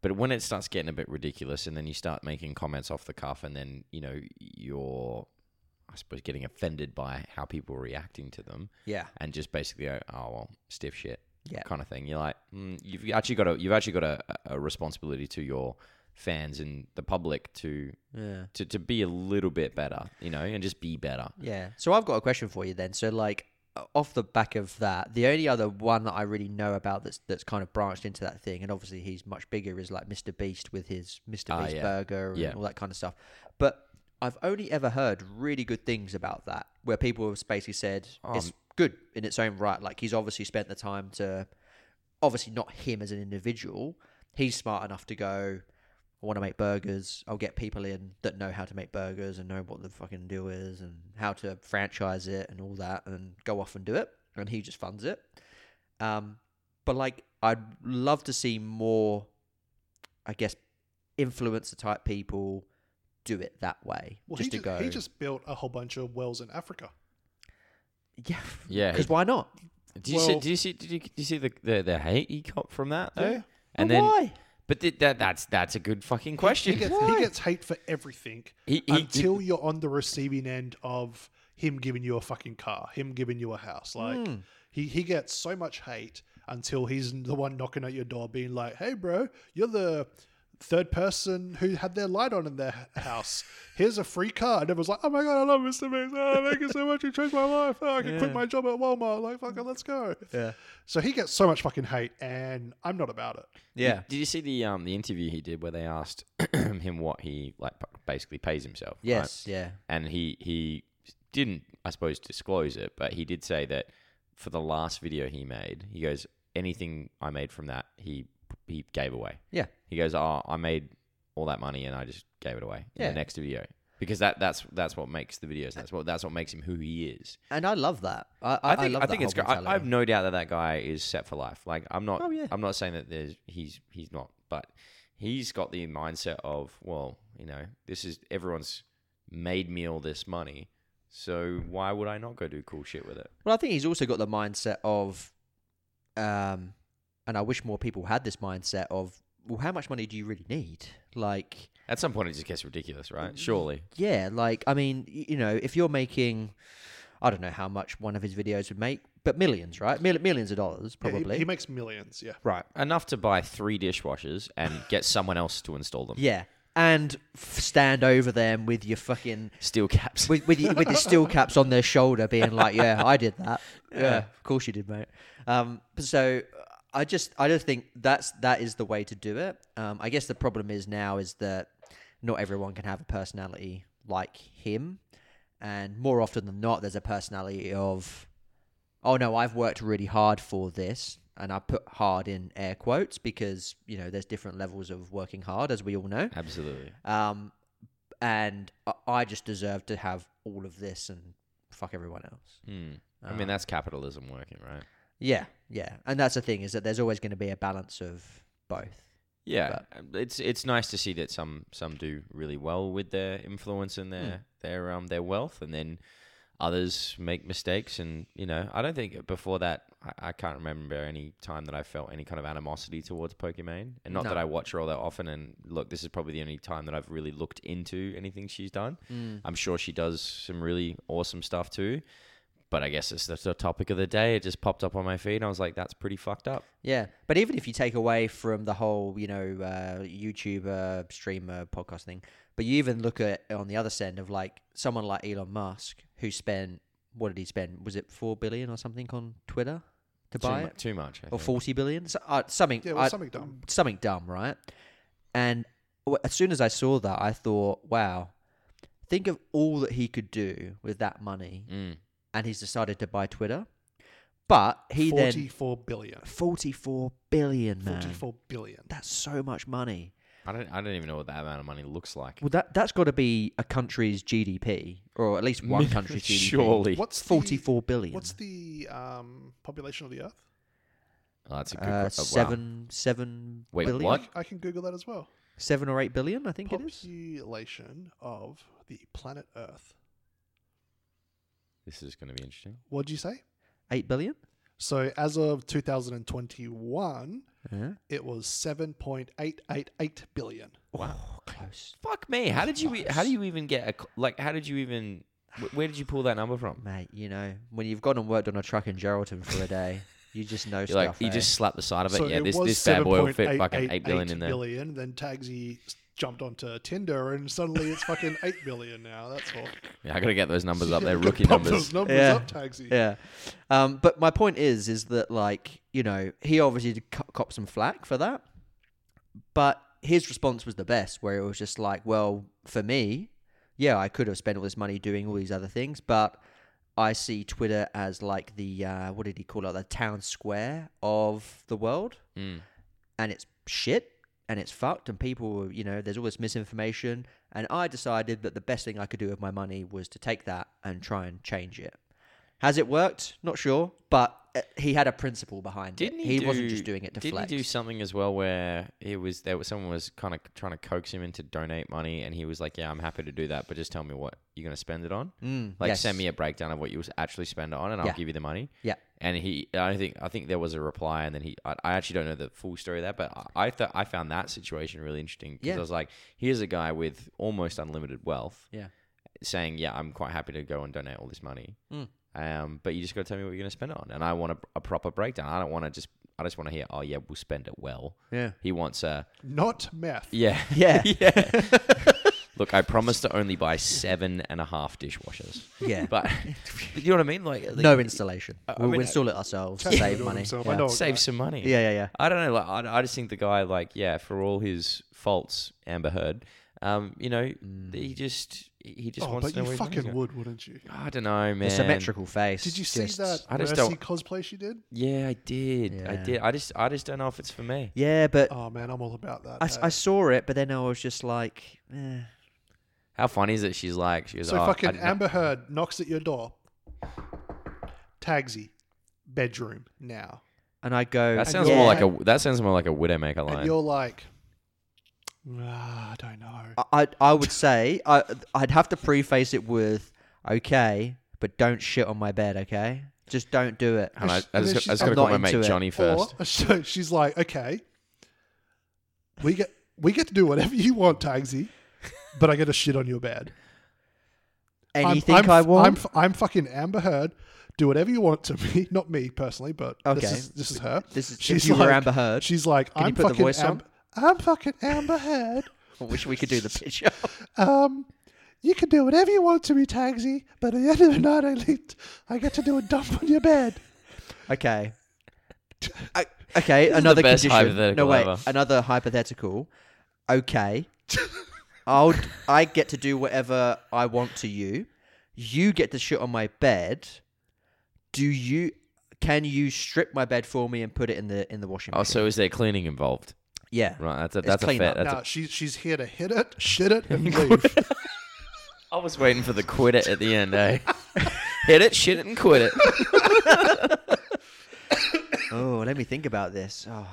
But when it starts getting a bit ridiculous, and then you start making comments off the cuff, and then you know you're, I suppose, getting offended by how people are reacting to them, Yeah. and just basically go, oh well, stiff shit, Yeah. kind of thing. You're like, mm, you've actually got a you've actually got a, a responsibility to your fans and the public to Yeah. to, to be a little bit better, you know, and just be better. Yeah. So I've got a question for you then. So like o- off the back of that, the only other one that I really know about that's that's kind of branched into that thing, and obviously he's much bigger, is like Mr. Beast with his Mr. Ah, Beast yeah. burger and Yeah. all that kind of stuff. But I've only ever heard really good things about that, where people have basically said it's good in its own right. Like he's obviously spent the time to, obviously not him as an individual. He's smart enough to go. I want to make burgers. I'll get people in that know how to make burgers and know what the fucking deal is and how to franchise it and all that, and go off and do it. And he just funds it. Um, but like, I'd love to see more, I guess, influencer type people do it that way. Well, just he, to ju- go. he just built a whole bunch of wells in Africa. (laughs) yeah. Yeah, he- Because why not? Did you, see, Well- did you see? Did you, did you see the, the the hate he got from that? Though? Yeah. And But then, why? but th- that that's that's a good fucking question. He gets, he Why? gets hate for everything He- he- until you're on the receiving end of him giving you a fucking car, him giving you a house. Like Hmm. he, he gets so much hate until he's the one knocking at your door, being like, "Hey, bro, you're the." Third person who had their light on in their h- house. Here's a free car. And everyone's like, oh my God, I love Mr. Beast. Oh, thank you so much. You changed my life. Oh, I can quit my job at Walmart. Like, fucking, let's go. Yeah. So he gets so much fucking hate, and I'm not about it. Yeah. Did you see the um the interview he did where they asked (clears throat) him what he like b- basically pays himself? right? Yes. Yeah. And he he didn't I suppose disclose it, but he did say that for the last video he made, he goes anything I made from that he he gave away. Yeah. He goes, "Oh, I made all that money and I just gave it away in Yeah. the next video." Because that, that's that's what makes the videos. That's what that's what makes him who he is. And I love that. I, I, I think love I that think it's whole great. I, I have mentality. no doubt that that guy is set for life. Like I'm not. Oh, yeah. I'm not saying that there's he's he's not, but he's got the mindset of well, you know, this is everyone's made me all this money, so why would I not go do cool shit with it? Well, I think he's also got the mindset of, um, and I wish more people had this mindset of, well, how much money do you really need? Like, At some point, it just gets ridiculous, right? Surely. yeah, like I mean, y- you know, if you're making, I don't know how much one of his videos would make, but millions, right? Mil- millions of dollars, Yeah, he- probably. he, makes millions. Yeah. right. Enough to buy three dishwashers (laughs) and get someone else to install them. Yeah, and f- stand over them with your fucking Steel caps. with with, your, with your steel caps on their shoulder, being like, "Yeah, I did that. Yeah, of course you did, mate." Um, but so I just I don't think that's that is the way to do it. Um, I guess the problem is now is that not everyone can have a personality like him, and more often than not, there's a personality of, "Oh no, I've worked really hard for this." And I put hard in air quotes because, you know, there's different levels of working hard, as we all know Absolutely. um, and I- I just deserve to have all of this and fuck everyone else. Hmm. I Uh-huh. mean, that's capitalism working, right? Yeah, yeah, and that's the thing is that there's always going to be a balance of both. Yeah, um, it's it's nice to see that some some do really well with their influence and their Hmm. their um their wealth, and then others make mistakes. And you know, I don't think before that I, I can't remember any time that I felt any kind of animosity towards Pokimane, and not that No. I watch her all that often. And look, this is probably the only time that I've really looked into anything she's done. Hmm. I'm sure she does some really awesome stuff too. But I guess it's the, the topic of the day. It just popped up on my feed. And I was like, "That's pretty fucked up." Yeah, but even if you take away from the whole, you know, uh, YouTuber, streamer, podcast thing, but you even look at on the other end of like someone like Elon Musk who spent what did he spend? Was it four billion or something on Twitter to Too, buy mu- it, too much. I or think. forty billion? So, uh, something. Yeah, well, I- something dumb. something dumb, right? And w- as soon as I saw that, I thought, wow, think of all that he could do with that money. Mm. And he's decided to buy Twitter. But he then. Forty-four billion. 44 billion, man. Forty-four billion. That's so much money. I don't. I don't even know what that amount of money looks (laughs) like. Well, that, that's got to be a country's GDP, or at least (laughs) one country's GDP. Surely. What's the- 44 billion. What's the um, population of the Earth? Oh, that's a good. uh, que- oh, wow. seven, seven Wait, billion? what? I can Google that as well. Seven or eight billion, I think it is. Population of the planet Earth. This is going to be interesting. What'd you say? Eight billion? So as of 2021, Yeah. it was 7.888 billion. Wow. Oh, close. Fuck me. How did you? e- How do you even get a? c- Like, how did you even? wh- Where did you pull that number from? Mate, you know, when you've gone and worked on a truck in Geraldton for a day, you just know (laughs) You're like, stuff. you eh? just slapped the side of it. So yeah, it this was this bad boy will fit 7.888 fucking eight billion in there. billion, Then Tagsy s- jumped onto Tinder, and suddenly it's fucking eight billion now. That's all. Yeah, I got to get those numbers (laughs) up. They're Gotta rookie pump numbers. Those numbers Yeah. up, Tagsy. (laughs) yeah. Um, but my point is, is that like you know he obviously did co- cop some flack for that, but his response was the best, where it was just like, well, for me, yeah, I could have spent all this money doing all these other things, but I see Twitter as like the uh, what did he call it, the town square of the world, Mm. and it's shit and it's fucked and people you know there's all this misinformation and i decided that the best thing i could do with my money was to take that and try and change it has it worked not sure but uh, he had a principle behind Didn't it. he? do- wasn't just doing it to didn't flex. he do something as well where it was there was someone was kind of trying to coax him into donate money, and he was like, "Yeah, I'm happy to do that, but just tell me what you're going to spend it on. Mm, Like, yes. send me a breakdown of what you actually spend it on, and I'll Yeah. give you the money." Yeah. And he, I think, I think there was a reply, and then he, I, I actually don't know the full story of that, but I, I thought I found that situation really interesting because Yeah. I was like, here's a guy with almost unlimited wealth, Yeah. saying, "Yeah, I'm quite happy to go and donate all this money." Mm. Um, but you just got to tell me what you're going to spend it on, and I want a, a proper breakdown. I don't want to just. I just want to hear. Oh yeah, we'll spend it well. Yeah. He wants a Not meth. yeah (laughs) (laughs) Yeah. yeah. Look, I promised to only buy seven and a half dishwashers, Yeah. but (laughs) you know what I mean. Like, like, no installation. I- I we'll mean, install it ourselves. Tell him to save do it money. himself. I Yeah. know a save guy. some money. yeah, yeah, yeah. I don't know. Like, I, I just think the guy, like, yeah, for all his faults, Amber Heard, um, you know, he just he just Mm. Oh, wants but to know you where his money's fucking going. would, wouldn't you? I don't know, man. The symmetrical face. Did you see just- that I Mercy just don't- cosplay she did? Yeah, I did. I Yeah. did. I just I just don't know if it's for me. Yeah, but Oh man, I'm all about that. I, s- eh? I saw it, but then I was just like, eh. How funny is it? She's like she was so oh, I fucking didn't know- Amber Heard knocks at your door. Tagsy, bedroom now, and I go. That sounds yeah. more like a that sounds more like a widowmaker and line. you're like, ah, I don't know. I I'd- I would say I I'd have to preface it with okay, but don't shit on my bed, okay? Just don't do it. And I, I And then just, she's I just like- gotta call my I'm not mate into it. Johnny first. Or (laughs) so she's like, okay, we get we get to do whatever you want, Tagsy, but I get to shit on your bed. I'm- Anything I'm, i want. I'm, I'm fucking Amber Heard. Do whatever you want to me, (laughs) not me personally, but this Okay. is this is her. This is- if you were Amber Heard, She's like, you I'm put the fucking voice Am- on? I'm fucking Amber Heard. I wish we could do the (laughs) picture. Um, you can do whatever you want to me, Tagsy, but at the end of the night, I leaked, I get to do a dump on your bed. okay. I, okay, another best condition. hypothetical No wait, ever. another hypothetical. (laughs) Okay, I'll d- I get to do whatever I want to you. You get to shit on my bed. Do you? Can you strip my bed for me and put it in the in the washing Oh, machine? so is there cleaning involved? yeah, Right, that's a, that's a clean fair. up. That's nah, a, she's Uh, she's here to hit it, shit it, (laughs) and leave. I was waiting for the quit it at the end, (laughs) eh? Hit it, shit it, and quit it. Oh, let me think about this. Oh.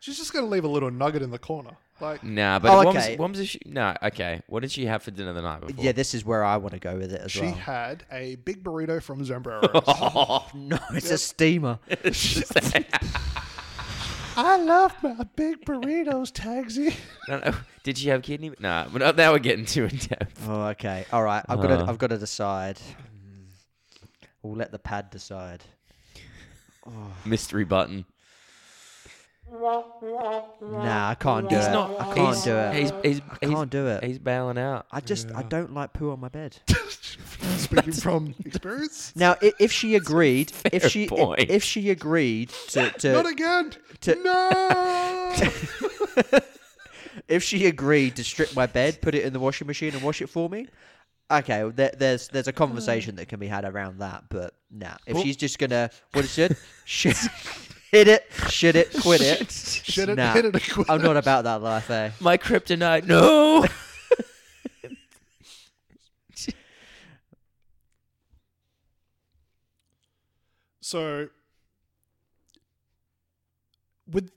she's just gonna leave a little nugget in the corner, like Nah, but Oh, what was- okay. what was the sh- nah, okay. What did she have for dinner the night before? Yeah, this is where I want to go with it as She well. Oh, had a big burrito from (laughs) Zambreros. no, it's a steamer. (laughs) I love my big burritos, Tagsy. No, no. (laughs) Did she have kidney? Nah, but now- now we're getting too in depth. Oh, okay. All right. I've got Uh. to. I've got to decide. Mm. We'll let the pad decide. Mystery button. Nah, I can't do He's it. not. I can't he's, do it. He's, he's, I can't do it. He's bailing out. I just. I don't like poo on my (laughs) bed. Speaking from (laughs) experience, now, i- if she agreed, if she, i- point. if she agreed to, not to again. to- no. if she agreed to strip my bed, put it in the washing machine, and wash it for me. Okay, well, there, there's there's a conversation that can be had around that, but nah. If she's just gonna what is it? Shit, hit it, shit it, quit it. (laughs) shit it, nah, Uh, hit it, and quit I'm not about that life, eh? My kryptonite. No. So, with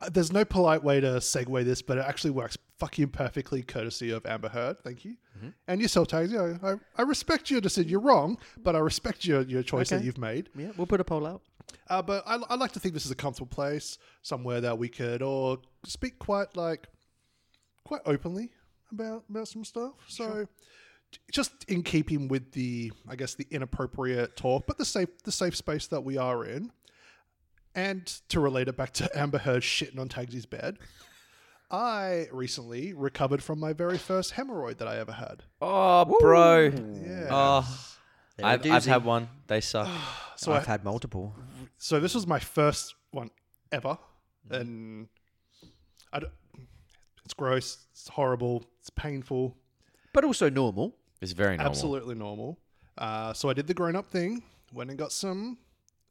uh, there's no polite way to segue this, but it actually works fucking perfectly, courtesy of Amber Heard. Thank you, and yourself, Tagsy. I, I, I respect your decision. You're wrong, but I respect your your choice that Okay. you've made. Yeah, we'll put a poll out. Uh, but I, I like to think this is a comfortable place, somewhere that we could or speak quite like quite openly about about some stuff. So j- just in keeping with the I guess the inappropriate talk, but the safe the safe space that we are in. And to relate it back to (laughs) Amber Heard shitting on Tagsy's bed, I recently recovered from my very first hemorrhoid that I ever had. (laughs) Oh, bro. Yeah. Oh, They're a I've, I've doozy. had one. (sighs) They suck. so I, I've had multiple. so this was my first one ever, and I d it's gross, it's horrible, it's painful, But also normal. It's very normal. absolutely normal. Uh, so I did the grown up thing, went and got some,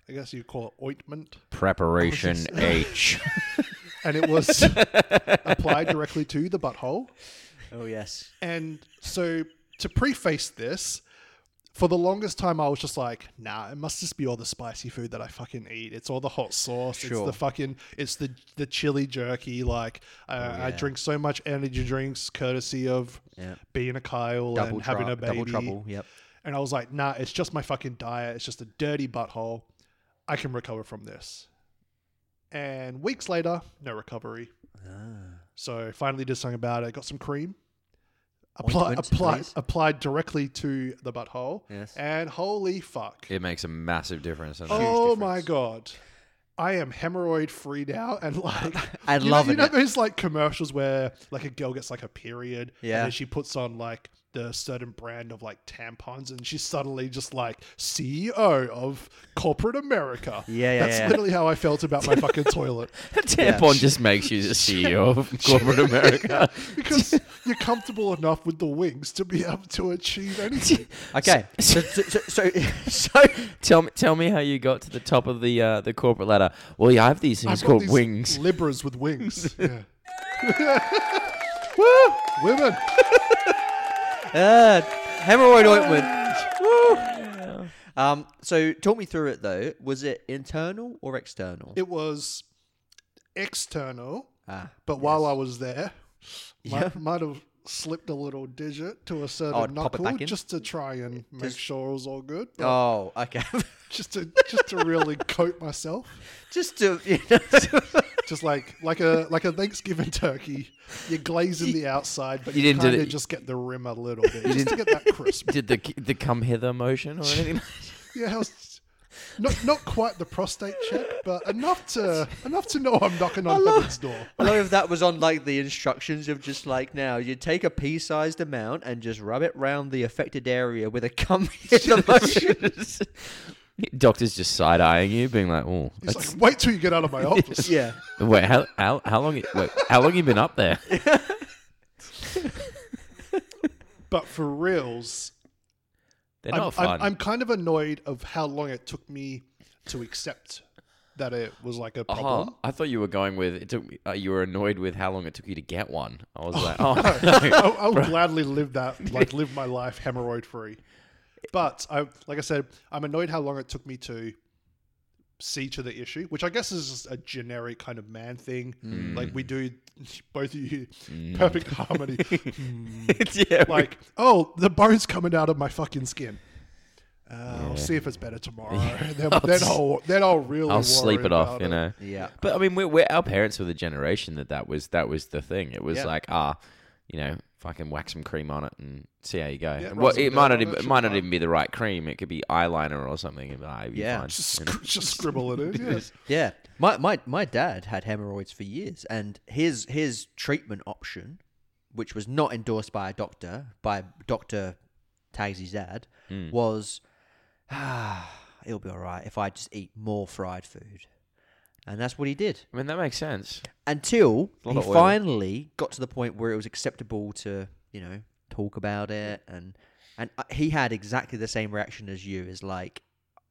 I guess you call it ointment, Preparation (laughs) H. and it was applied directly to the butthole. Oh yes. And so to preface this, for the longest time, I was just like, nah, it must just be all the spicy food that I fucking eat. It's all the hot sauce. It's Sure. the fucking, it's the the chili jerky. Like, uh, I Oh, yeah. drink so much energy drinks courtesy of Yeah. being a Kyle Double, and having tru- a baby. double trouble. Yep. And I was like, nah, it's just my fucking diet. It's just a dirty butthole. I can recover from this. And weeks later, no recovery. Ah. So finally did something about it. Got some cream. Apply, Ointment, applied, please. applied directly to the butthole. Yes. And holy fuck. It makes a massive difference. doesn't it? oh (laughs) difference. my God. I am hemorrhoid free now, and like (laughs) I you love know, you it. know those like commercials where like a girl gets like a period, Yeah. and then she puts on like the certain brand of like tampons, and she's suddenly just like CEO of corporate America. Yeah, yeah, that's yeah. literally how I felt about my fucking toilet Tampon just makes you the (laughs) CEO of corporate America. because you're comfortable enough with the wings to be able to achieve (laughs) anything. Okay. so, so, so, (laughs) so- So tell me, tell me how you got to the top of the uh, the corporate ladder. Well, yeah, I have these I've things got called these (laughs) wings. Libras with (laughs) wings. Yeah. Woo! Women. Ah, hemorrhoid ointment. Woo. Um, so talk me through it though. Was it internal or external? It was external, ah, but while I was there, Yeah. might, might have slipped a little digit to a certain Oh, to pop it knuckle back in? just to try and make sure it was all good. but oh, okay. (laughs) Just to just to really coat myself, Just to you (laughs) know, just like like a like a Thanksgiving turkey, you're glazing the outside, but you, You didn't do kind of the- just get the rim a little bit, just to get that crisp. Did the the come hither motion or (laughs) anything? Yeah, I was, not not quite the prostate check, but enough to enough to know I'm knocking on heaven's door. I love if that was on like the instructions of just like now you take a pea-sized amount and just rub it round the affected area with a (laughs) cum in the motion. (laughs) Doctors just side eyeing you, being like, "Oh, He's that's- like, wait till you get out of (laughs) my office. yeah. wait, how how how long? Wait, how long you been (laughs) up there?" But for reals, They're I'm, not fun. I'm, I'm kind of annoyed of how long it took me to accept that it was like oh. a Uh-huh. problem. I thought you were going with it took. Uh, you were annoyed with how long it took you to get one. I was like, oh, (laughs) I, I'll gladly live that, like live my life hemorrhoid free. But I, like I said, I'm annoyed how long it took me to see to the issue, which I guess is just a generic kind of man thing. Mm. Like we do, (laughs) both of you, perfect (laughs) harmony. yeah, we- like, oh, the bone's coming out of my fucking skin. Uh, I'll see if it's better tomorrow. (laughs) then, I'll then, just- I'll, then I'll really. I'll worry sleep it about off, you know. Yeah. But I mean, we're, we're our parents were the generation that that was that was the thing. It was Yeah. like ah, you know, fucking whack some cream on it and see how you go. Yeah, And rub what- some it might dirt on not it, even, it should might not work. even be the right cream. It could be eyeliner or something. And ah, you'll be Yeah. fine. Just, you know. sc- just scribble it (laughs) in. Yes. Yeah. My, my my dad had hemorrhoids for years and his his treatment option, which was not endorsed by a doctor, by Doctor Tagsy's dad, was (sighs) ah, it'll be alright if I just eat more fried food. And that's what he did. I mean, that makes sense. Until A lot he of oil. finally got to the point where it was acceptable to, you know, talk about it and and uh, he had exactly the same reaction as you is like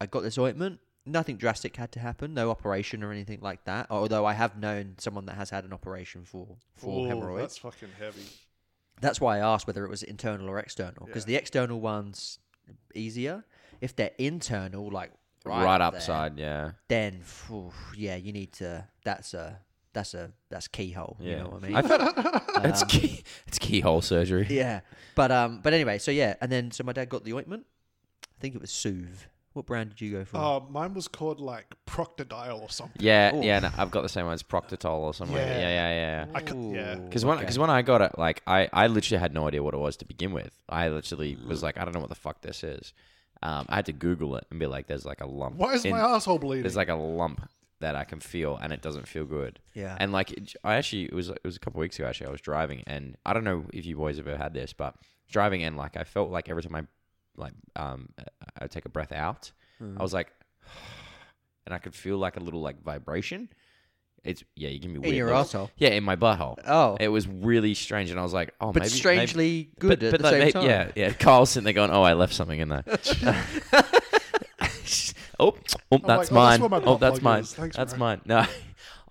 I got this ointment. Nothing drastic had to happen, no operation or anything like that. Although I have known someone that has had an operation for for Ooh, hemorrhoids. Oh, That's fucking heavy. That's why I asked whether it was internal or external, because Yeah. the external one's easier. If they're internal, like Right, right, up there, upside, yeah. then phew, yeah, you need to. That's a that's a that's keyhole. Yeah. You know what I mean? (laughs) felt- it's key. It's keyhole surgery. yeah, but um, but anyway, so yeah, and then so my dad got the ointment. I think it was Soothe. What brand did you go for? Uh, mine was called like Proctodile or something. Yeah, Ooh. yeah. No, I've got the same one. It's Proctitol or something. Yeah, Yeah. yeah, yeah. yeah. I could, yeah. Ooh, Because when, okay. cause when I got it, like I, I literally had no idea what it was to begin with. I literally was like, I don't know what the fuck this is. Um, I had to Google it and be like, there's like a lump. Why is in- my asshole bleeding? There's like a lump that I can feel, and it doesn't feel good. Yeah. And like, it, I actually it was it was a couple weeks ago. Actually, I was driving, and I don't know if you boys have ever had this, but driving and like I felt like every time I like um I would take a breath out, Hmm. I was like, (sighs) and I could feel like a little like vibration. It's yeah, you can be weird. your looks. arsehole? Yeah, in my butthole. Oh. it was really strange, and I was like, oh, but maybe maybe- strangely good at the like, same may- time. Yeah, yeah. Carl's sitting there going, "Oh, I left something in (laughs) there." oh, oh, like, that's "Oh, that's mine. where my oh, butt that's plug mine. (laughs) is. Thanks, that's bro." mine. No,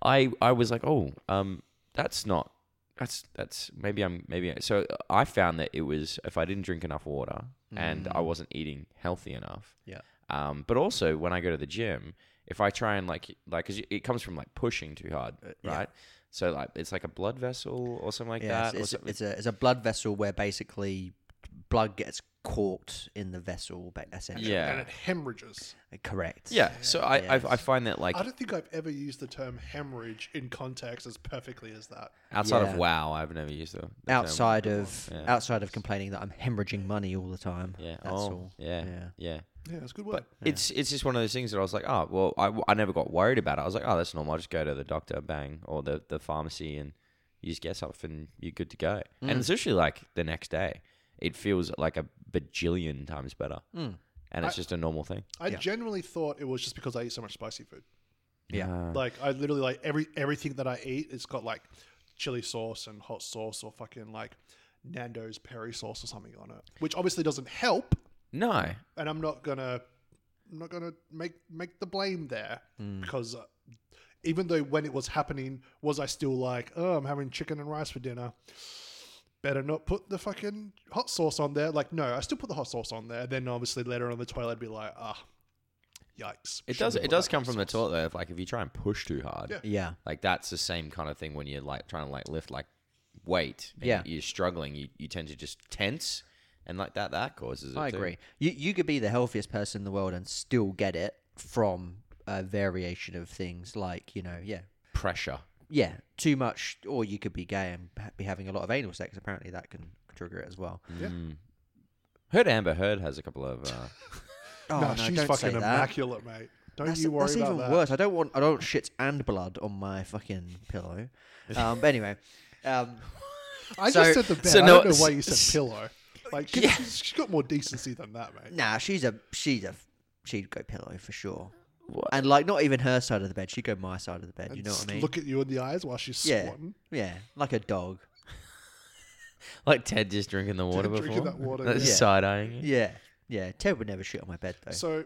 I, I was like, "Oh, um, that's not that's that's maybe I'm maybe so I found that it was if I didn't drink enough water and Mm. I wasn't eating healthy enough. Yeah. Um, but also when I go to the gym, if I try and like like because it comes from like pushing too hard, Uh, yeah. right? So like it's like a blood vessel or something like yeah, that. or it's, it's, something. it's a it's a blood vessel where basically blood gets caught in the vessel. ba- Essentially, Yeah. and it hemorrhages. correct. yeah. So I, I I find that like I don't think I've ever used the term hemorrhage in context as perfectly as that. outside Yeah. of wow, I've never used the, the term. Outside of Yeah. outside of complaining that I'm hemorrhaging money all the time. Yeah. that's oh, all. Yeah. yeah. Yeah. Yeah, it's a good word. It's it's just one of those things that I was like, oh well, I, I never got worried about it. I was like, oh, that's normal. I just go to the doctor, bang, or the, the pharmacy, and you just get something, and you're good to go. And Mm. it's usually like the next day, it feels like a bajillion times better, and it's just a normal thing. Mm. I generally thought it was just because I eat so much spicy food. Yeah. Uh, Like I literally like every everything that I eat, it's got like chili sauce and hot sauce or fucking like Nando's peri sauce or something on it, which obviously doesn't help. no, And I'm not gonna, I'm not gonna make make the blame there Hmm. because uh, even though when it was happening, was I still like, oh, I'm having chicken and rice for dinner. Better not put the fucking hot sauce on there. Like, no, I still put the hot sauce on there. Then obviously later on the toilet, I'd be like, ah, yikes. it Shouldn't have does it put does that come hot from the sauce. toilet though. If, like if you try and push too hard, Yeah. Yeah. like that's the same kind of thing when you're like trying to like lift like weight. and Yeah. you're struggling. You you tend to just tense, and like that that causes. It I too. agree. You you could be the healthiest person in the world and still get it from a variation of things like you know yeah Pressure. yeah too much or you could be gay and ha- be having a lot of anal sex. Apparently that can trigger it as well. Heard Amber Heard has a couple of. Uh, Oh No, she's don't fucking say that. immaculate, mate. Don't That's, you worry that's about even that. worse. I don't want I don't want shits and blood on my fucking (laughs) pillow. Um, but anyway, um, I So- just said the bed. so I no- don't know why you s- (laughs) said pillow. Like she, Yeah. she's, she's got more decency than that, mate. nah, she's a she's a she'd go pillow for sure. What? And like not even her side of the bed, she'd go my side of the bed. You know Just what I mean? Look at you in the eyes while she's yeah, squatting. yeah, like a dog. (laughs) Like Ted just drinking the water drinking before. that water, That's yeah. side eyeing you. Yeah, yeah. Ted would never shit on my bed though. So,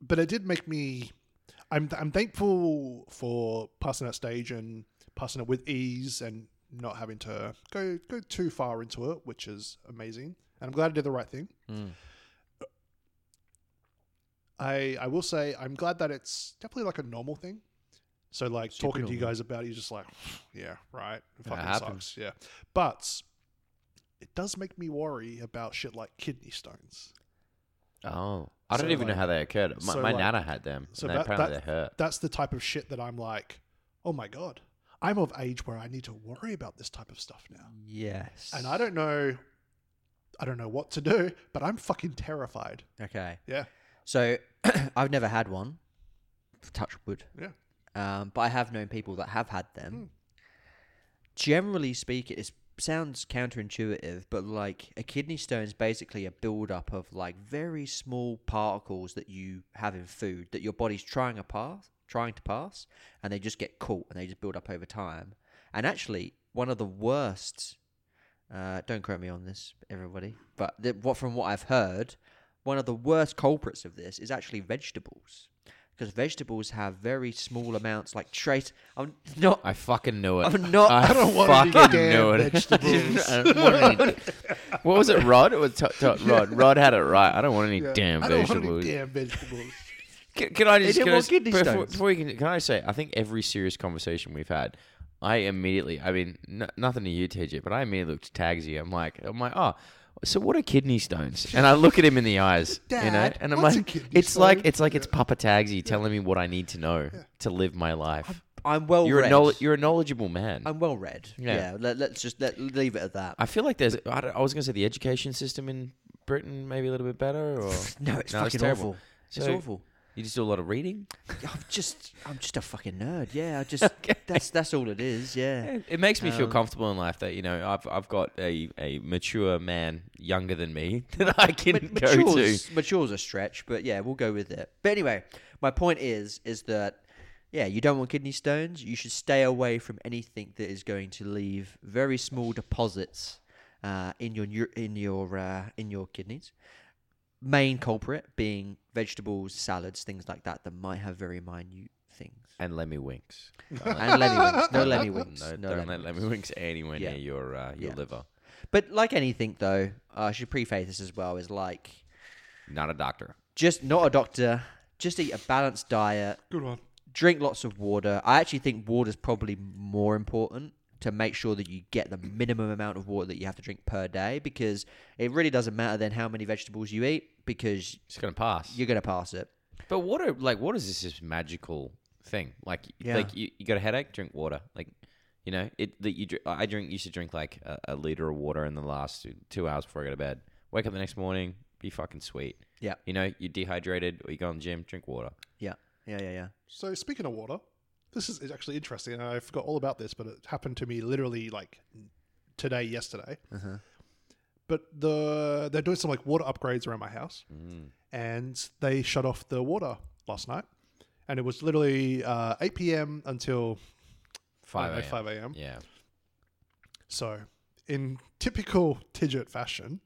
but it did make me. I'm I'm thankful for passing that stage and passing it with ease and not having to go go too far into it, which is amazing. And I'm glad I did the right thing. I I will say I'm glad that it's definitely like a normal thing. So like Super talking to you normal. guys about it, you're just like, (sighs) yeah, right, it That fucking happens. sucks, yeah. But it does make me worry about shit like kidney stones. Oh. I don't So, even like- know how they occurred. My, so, my like- nana had them. So and they that, apparently that- they hurt. that's the type of shit that I'm like, oh my god, I'm of age where I need to worry about this type of stuff now, yes. and I don't know, I don't know what to do, but I'm fucking terrified. Okay. Yeah, So (clears throat) I've never had one. Touch wood. yeah. Um, but I have known people that have had Hmm. them. Generally speaking, it sounds counterintuitive, but like a kidney stone is basically a buildup of like very small particles that you have in food that your body's trying to pass, trying to pass, and they just get caught and they just build up over time. And actually, one of the worst. Uh, don't quote me on this, everybody. But the, what from what I've heard, one of the worst culprits of this is actually vegetables because vegetables have very small amounts, like trace. I'm not. I fucking knew it. I'm (laughs) not- I, I don't want any fucking damn knew it. vegetables. I don't want any- (laughs) what was it, Rod? It was t- t- (laughs) Rod. Rod had it right. I don't want any yeah. damn I don't vegetables. Want any damn vegetables. Can, can I just, didn't can I want just- kidney before, stones. before you can, can I say I think every serious conversation we've had, I immediately I mean n- nothing to you TJ, but I immediately looked to Tagsy. I'm like I'm like oh. So what are kidney stones? And I look at him in the eyes, you know, Dad, and I'm what's a like, kidney it's like stone? it's like it's Papa Tagsy telling me what I need to know to live my life. I'm well You're a read. knowl- you're a knowledgeable man. i I'm well read. Yeah. Yeah. let, let's just let, leave it at that. feel like there's I, don't- I was gonna say the education system in Britain maybe a little bit better, or no, it's fucking terrible. awful. It's So- awful. You just do a lot of reading. I'm just, I'm just a fucking nerd. (laughs) Yeah, I just, that's that's all it is. Yeah. It makes me feel Um, comfortable in life that you know I've I've got a, a mature man younger than me (laughs) that I can go to. matures, matures a stretch, but yeah, we'll go with it. But anyway, my point is, is that yeah, you don't want kidney stones. You should stay away from anything that is going to leave very small deposits uh, in your neu- in your uh, in your kidneys. Main culprit being vegetables, salads, things like that that might have very minute things. (laughs) and Lemmy Winks. And Lemmy Winks. No Lemmy Winks. No, No, don't Lemmy let Lemmy Winks. Winks anywhere Yeah. near your uh, your Yeah. liver. But like anything, though, uh, I should preface this as well, is like, Not a doctor. just not a doctor, just eat a balanced diet, Good one. drink lots of water. I actually think water's probably more important to make sure that you get the minimum amount of water that you have to drink per day because it really doesn't matter then how many vegetables you eat because It's gonna pass. you're going to pass it. But water, like water, is just this magical thing. Like, Yeah. like you, you got a headache, drink water. Like, you know, it that you dr- I drink used to drink like a, a liter of water in the last two, two hours before I go to bed. Wake up the next morning, be fucking sweet. Yeah. You know, you're dehydrated or you go on the gym, drink water. Yeah. Yeah, yeah, yeah. So speaking of water, this is is actually interesting, and I forgot all about this, but it happened to me literally like today, yesterday. But the they're doing some like water upgrades around my house, and they shut off the water last night, and it was literally uh, eight p.m. until I Five don't know, a.m. five a.m. Yeah. So, in typical Tidget fashion,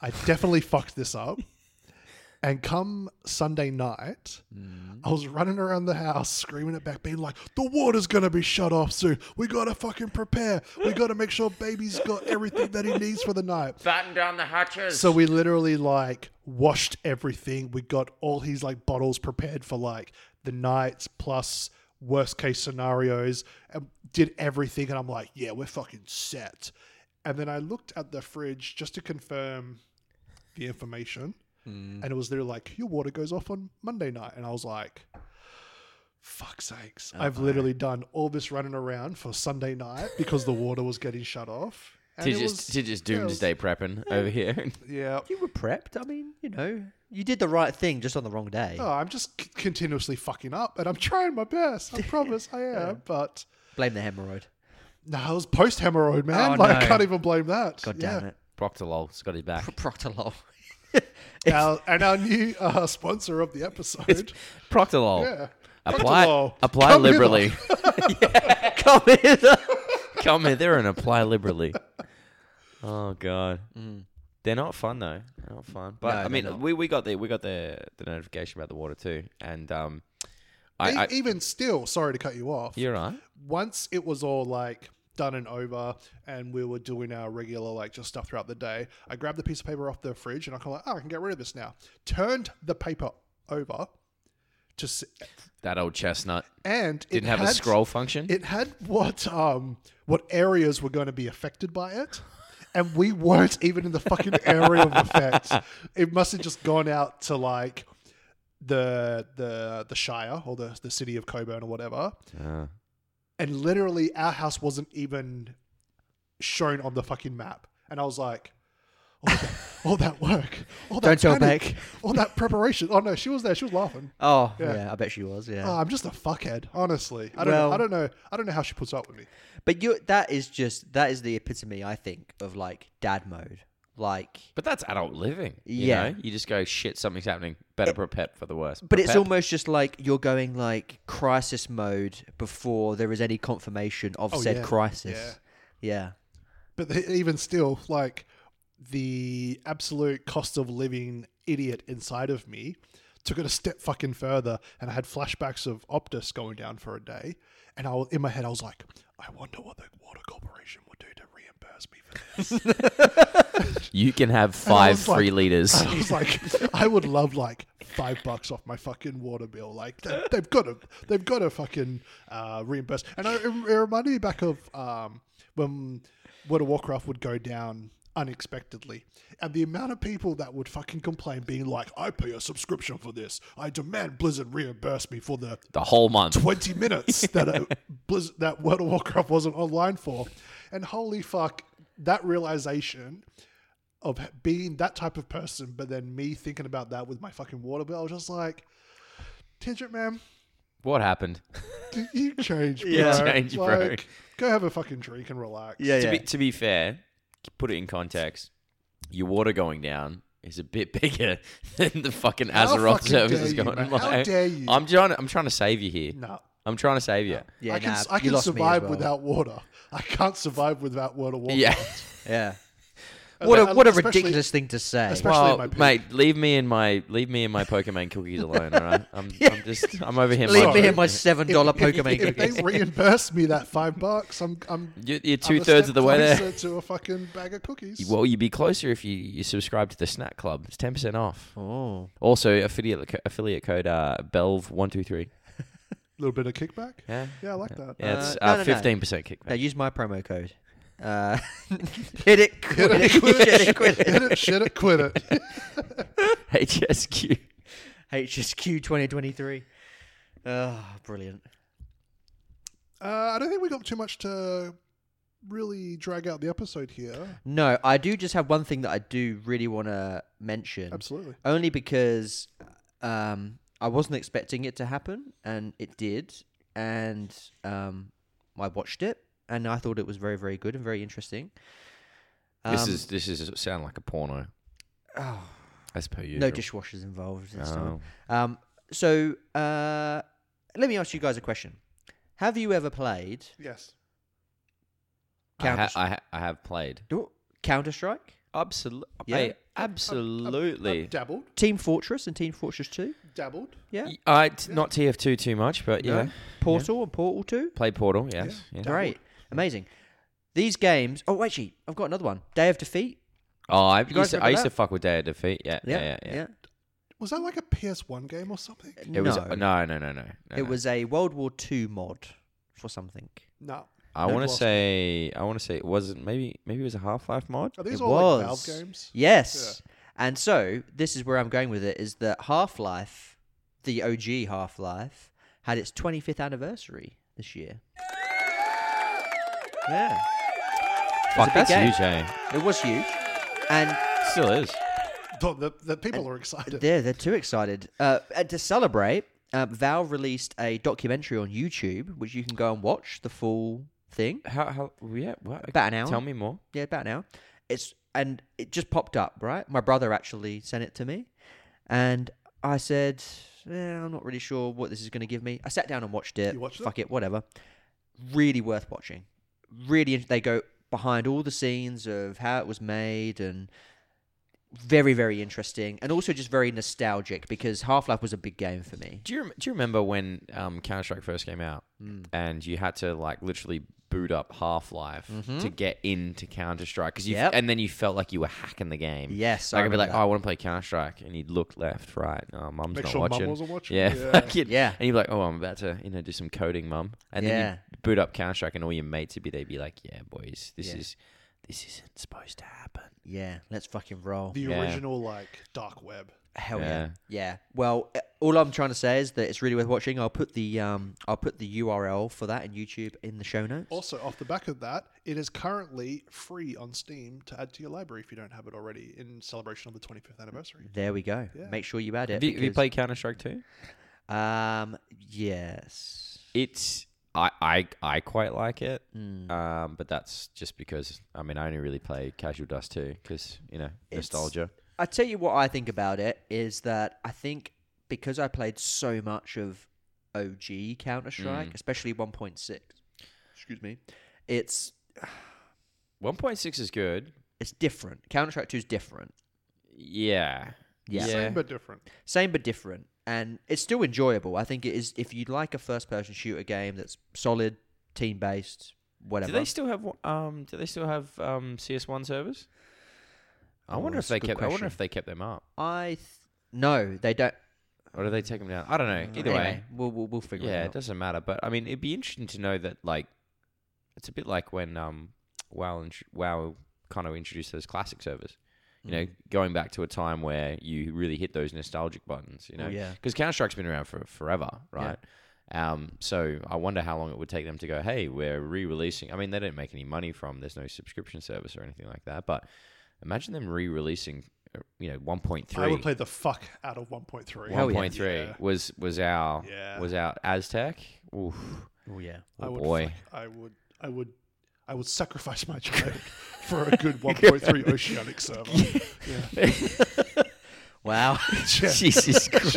I definitely fucked this up. And come Sunday night, I was running around the house screaming it back, being like, the water's gonna be shut off soon. We gotta fucking prepare. We gotta make sure baby's got everything that he needs for the night. Batten down the hatches. So we literally like washed everything. We got all his like bottles prepared for like the nights plus worst case scenarios and did everything. And I'm like, yeah, we're fucking set. And then I looked at the fridge just to confirm the information. Mm. And it was there like, your water goes off on Monday night. And I was like, fuck's sakes. Oh, I've literally done all this running around for Sunday night because the water was getting shut off. And to it just was- to just yeah, it was- doomsday prepping over here. (laughs) Yeah. You were prepped. I mean, you know, you did the right thing just on the wrong day. Oh, I'm just c- continuously fucking up, and I'm trying my best. I promise (laughs) I am. But Blame the hemorrhoid. no, I was post hemorrhoid, man. Oh, like I no. can't even blame that. God damn it. Proctor lol's got his back. (laughs) Proctolol. (laughs) Our, and our new uh, sponsor (laughs) of the episode. Proctor lol. yeah. Apply Proctolol. apply Come hither. liberally. (laughs) (laughs) Come here. Come in there and apply liberally. Oh god, they're not fun though. They're not fun. But No, I they're mean, not. we, we got the we got the the notification about the water too, and um, I, E- I even still, sorry to cut you off. you're right. Once it was all like done and over, and we were doing our regular like just stuff throughout the day, I grabbed the piece of paper off the fridge, and I kind of like, oh, I can get rid of this now. Turned the paper over. To s That old chestnut and it didn't have a had- scroll function. It had what um what areas were going to be affected by it, and we weren't even in the fucking area of effect. It must have just gone out to like the the the Shire or the the city of Coburn or whatever, Uh, and literally our house wasn't even shown on the fucking map. And I was like, all that, all that work, all that Don't tell panic, Beck. all that preparation. Oh no, she was there. She was laughing. Oh, Yeah. yeah. I bet she was. Yeah. Oh, I'm just a fuckhead, honestly. I don't know. Well- I don't know. I don't know how she puts up with me. But you that is just that is the epitome, I think, of like dad mode. Like but that's adult living. You Yeah. know? you just go shit. Something's happening. Better prepare for the worst. but it's Prepare. almost just like you're going like crisis mode before there is any confirmation of Oh, said yeah. crisis. Yeah. But th- even still, like the absolute cost of living idiot inside of me took it a step fucking further, and I had flashbacks of Optus going down for a day, and I wa- in my head I was like, I wonder what the water corporation would do to reimburse me for this. you can have And I five was free like- liters. (laughs) and (laughs) I was like, I would love like five bucks off my fucking water bill. Like they, they've got to, they've got to fucking uh, reimburse. And I, it reminded me back of um, when World of Warcraft would go down unexpectedly, and the amount of people that would fucking complain, being like, "I pay a subscription for this. I demand Blizzard reimburse me for the The whole month. 20 minutes that (laughs) a Blizz, that World of Warcraft wasn't online for. And holy fuck, that realization of being that type of person, but then me thinking about that with my fucking water bill, I was just like, Tidget, man, What happened? (laughs) you change, bro. Yeah. Change, bro. like, Go have a fucking drink and relax. Yeah. to be to be fair, put it in context. Your water going down is a bit (laughs) bigger than the fucking How Azeroth fucking services dare you, going man. live. How dare you. I'm trying. I'm trying to save you here. No. I'm trying to save you. Yeah, I can, nah, I you can lost me as survive (laughs) (laughs) well. without water. I can't survive without water. water. Yeah. Yeah. What a what a Especially- ridiculous thing to say. especially- in well, my poop. mate, leave me in my leave me in my Pokemon cookies alone. All right, (laughs) I'm, I'm just I'm over here. Leave me Sorry. (laughs) and my seven dollar Pokemon. If cookies. they reimburse me that five bucks, I'm I'm You- You're I'm a two thirds step of the way there. closer to a fucking bag of cookies. Well, you'd be closer if you, you subscribe to the Snack Club. It's ten percent off. (laughs) Oh, Also, affiliate co- affiliate code uh, Belv one two three. A little bit of kickback. Yeah, Yeah, I like that. (laughs) yeah, it's Uh, no, uh, no, no. fifteen percent now kickback. (laughs) use my promo code. Uh, (laughs) hit it, quit it, (laughs) hit it, quit it. Hit it, shit it, quit it. (laughs) Uh, HSQ. HSQ twenty twenty three. Oh, brilliant. Uh, I don't think we got too much to really drag out the episode Mm. here. No, I do just have one thing that I do really want to mention. Absolutely. only because um, I wasn't expecting it to happen, and it did. And um, I watched it, and I thought it was very, very good and very interesting. this Um, is this is sound like a porno. oh, As per usual. no dishwashers involved. This time. Oh. Um, so uh, let me ask you guys a question: Have you ever played Yes. I, ha- Counter- I, ha- I have played. Counter Strike, Absolutely. Yeah. I've- I've- absolutely. I've Uh, dabbled, Team Fortress, and Team Fortress Two? dabbled. Yeah, Y- I t- not TF2 too much, but yeah. No? Portal and Portal Two. Played Portal, yes. Yeah. Dabbled. Great, amazing. These games. Oh, actually, I've got another one. Day of Defeat. Oh, I guys used, to, I remember used to that? fuck with Day of Defeat. Yeah, yeah, yeah. yeah. Was that like a PS1 game or something? It It no, was no, no, no, no. no, no. it was a World War II mod for something. No. I no want to gloss. say. I want to say it wasn't. Maybe. Maybe it was a Half Life mod. Are these it all like Valve was. games? Yes. And so this is where I'm going with it: is that Half Life, the OG Half Life, had its 25th anniversary this year. Yeah, Fuck, big that's game. huge. eh? it was huge, and Still is. The, the, the people are excited. They're they're too excited. Uh, and to celebrate, uh, Valve released a documentary on YouTube, which you can go and watch the full thing. How? How? Yeah. What? About an hour. Tell me more. Yeah, about now. It's and it just popped up, right? My brother actually sent it to me, and I said, eh, "I'm not really sure what this is going to give me." I sat down and watched it. You watched it? Fuck it, whatever. Really worth watching. Really, int- they go behind all the scenes of how it was made and very, very interesting, and also just very nostalgic because Half Life was a big game for me. Do you rem- do you remember when um, Counter Strike first came out, Hmm. and you had to like literally boot up Half Life Mm-hmm. to get into Counter Strike because you Yep. and then you felt like you were hacking the game. Yes, like I I'd be like, remember oh, that. I want to play Counter Strike, and you'd look left, right. Oh, mum's Make not sure mum watching. wasn't watching. Yeah, Yeah. fucking- Yeah. And (laughs) you'd be like, oh, I'm about to you know do some coding, mum, and Yeah. then you boot up Counter Strike, and all your mates would be there, be like, yeah, boys, this Yeah. is this isn't supposed to happen. yeah, let's fucking roll. The Yeah. original, like, dark web. Hell yeah. yeah. Yeah. Well, uh, all I'm trying to say is that it's really worth watching. I'll put the um I'll put the URL for that in YouTube in the show notes. Also, off the back of that, it is currently free on Steam to add to your library if you don't have it already in celebration of the 25th anniversary. There we go. Yeah. Make sure you add it. Have you, have you because- played Counter Strike too? Um yes. It's I I I quite like it. Mm. Um, but that's just because I mean I only really play Casual Dust 2 because you know It's- nostalgia. I tell you what I think about it is that I think because I played so much of OG Counter Strike, Mm. especially 1.6. Excuse me. It's One point six is good. it's different. Counter Strike 2 is different. Yeah. Yeah. Yeah. Same but different. same but different and it's still enjoyable i think it is if you like a first person shooter game that's solid team based whatever Do they still have um? Do they still have um CS1 servers? I Oh, wonder if that's a they good kept. I wonder question. if they kept them up, i th- no they don't or do they take them down? I don't know. Either Mm. Anyway, way, we'll, we'll, we'll figure yeah, it it out doesn't matter. But I mean, it'd be interesting to know that like, it's a bit like when um, WoW and WoW kind of introduced those classic servers. You Mm. know, going back to a time where you really hit those nostalgic buttons. You Oh, know, yeah. because Counter Strike's been around for forever, right? Um, so I wonder how long it would take them to go. Hey, we're re-releasing. I mean, they don't make any money from. There's no subscription service or anything like that. But imagine them re-releasing. uh, You know, one point I would three. play the fuck out of 1.3. Hell One yeah. point three Yeah. was was our Yeah. was our Aztec. Oof. oh yeah I Oh, would boy. fuck- I would. I would. I would sacrifice (laughs) my child for a good 1.3 oceanic server. wow (laughs) (laughs) Yeah. Jesus (laughs) Yeah, Christ.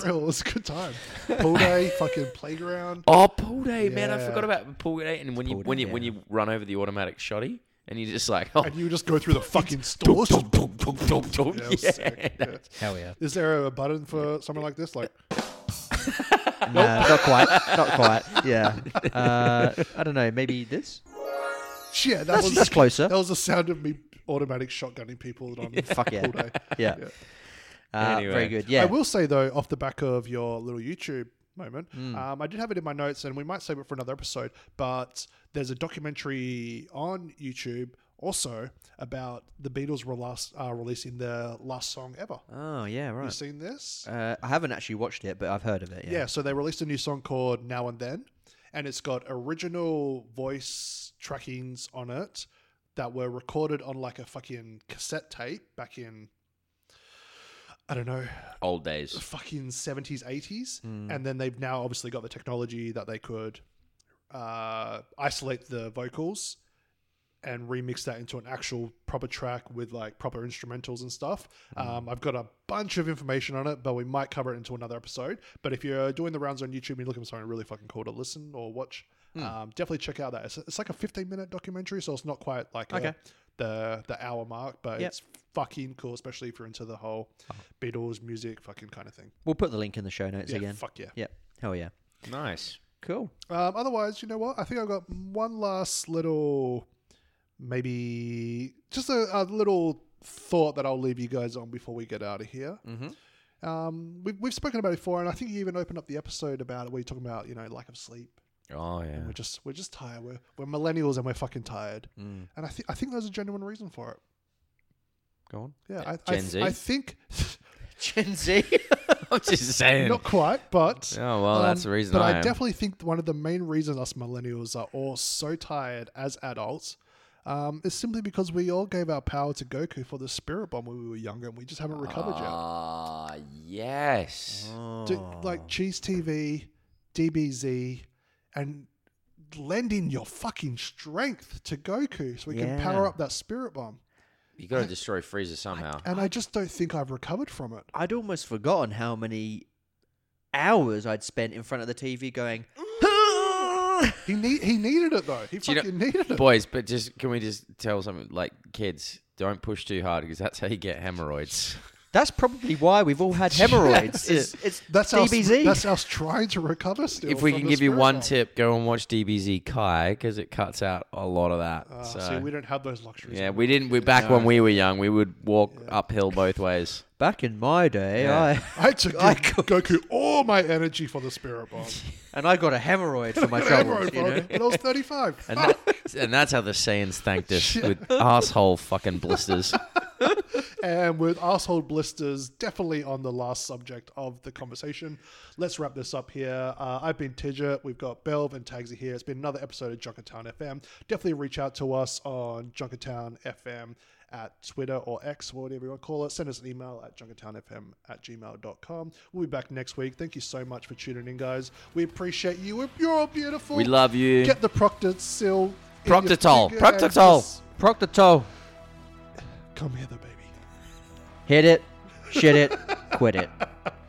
for real. It was a good time. Pool day, fucking playground. Oh, pool day, man! I Yeah. forgot about pool day. And when you Pool when day, you when yeah. you run over the automatic shotty and you just like, oh, And you just go through the fucking stores. dum, dum, dum, dum. Yeah, (laughs) it yeah, was sick, yeah. Hell yeah. (laughs) Is there a button for something like this? Like, No, not quite. Not quite. Yeah. Uh, I don't know. Maybe this. shit, that That's- was that's closer. That was the sound of me automatic shotgunning people that I'm Fuck (laughs) yeah. all day. Yeah. Uh, Very Anyway. good. Yeah. I will say though, off the back of your little YouTube moment, Hmm. um, I did have it in my notes, and we might save it for another episode. But there's a documentary on YouTube also about the Beatles were last uh, releasing their last song ever. Oh yeah. You Right. seen this? Uh, I haven't actually watched it, but I've heard of it. yeah. So they released a new song called Now and Then, and it's got original voice trackings on it that were recorded on like a fucking cassette tape back in. I don't know, old days. fucking 70s 80s Hmm. and then they've now obviously got the technology that they could uh, isolate the vocals and remix that into an actual proper track with like proper instrumentals and stuff Hmm. um, i've got a bunch of information on it but we might cover it into another episode but if you're doing the rounds on youtube and you're looking for something really fucking cool to listen or watch Hmm. um, definitely check out that it's, it's like a 15 minute documentary so it's not quite like a- Okay. the the hour mark but Yep. Oh. it's fucking cool especially if you're into the whole beatles music fucking kind of thing We'll put the link in the show notes yeah, again. Fuck yeah. Yep. Hell yeah. Nice. Cool. Um, otherwise, you know what? I think I've got one last little, maybe just a, a little thought that I'll leave you guys on before we get out of here. Mm-hmm. Um, we've, we've spoken about it before, and I think you even opened up the episode about it where you're talking about, you know, lack of sleep. Oh yeah. We're just we're just tired. We're, we're millennials and we're fucking tired. Mm. And I think I think there's a genuine reason for it. Go on. Yeah, I, I, Gen Z? I think (laughs) Gen Z. (laughs) I'm just saying. not quite, but Oh well, that's the reason Um, But I, I, am. definitely think one of the main reasons us millennials are all so tired as adults um, is simply because we all gave our power to Goku for the spirit bomb when we were younger, and we just haven't recovered Oh, Ah yes. yet. Do- Ah. like Cheese TV, DBZ, and lending your fucking strength to Goku so we can power Yeah. up that spirit bomb. You got to destroy Frieza somehow. And I just don't think I've recovered from it. I'd almost forgotten how many hours I'd spent in front of the TV going. "Ah!" He need, he needed it though. He Do you know- fucking needed it. Boys, but just can we just tell something like kids, don't push too hard because that's how you get hemorrhoids. That's probably why we've all (laughs) (laughs) had hemorrhoids. Yes, It's, it's that's us. DBZ. That's us trying to recover still. if we from can the give you spirit one bomb. tip, go and watch DBZ Kai because it cuts out a lot of that. Uh, so, see, we don't have those luxuries. yeah, anymore. we didn't. We back when we were young, we would walk uphill (laughs) both ways. Back in my day, Yeah. (laughs) I I took I could- Goku all my energy for the spirit bomb. and I got (laughs) a hemorrhoid for my Ever, troubles. you know? and I was 35. And, that, and that's how the Saiyans thanked us with asshole (laughs) fucking blisters. and with asshole blisters definitely on the last subject of the conversation, let's wrap this up here. Uh, I've been Tidger, we've got Belv and Tagsy here. It's been another episode of Junkertown FM. Definitely reach out to us on Junkertown FM at Twitter or X, whatever you want to call it. Send us an email at junkertownfm at gmail.com. We'll be back next week. Thank you so much for tuning in, guys. We appreciate you. You're all beautiful. We love you. Get the Proctocil. in your Proctitol. finger and Proctitol. just- Proctitol. Come here, the baby. Hit it, shit it, quit it.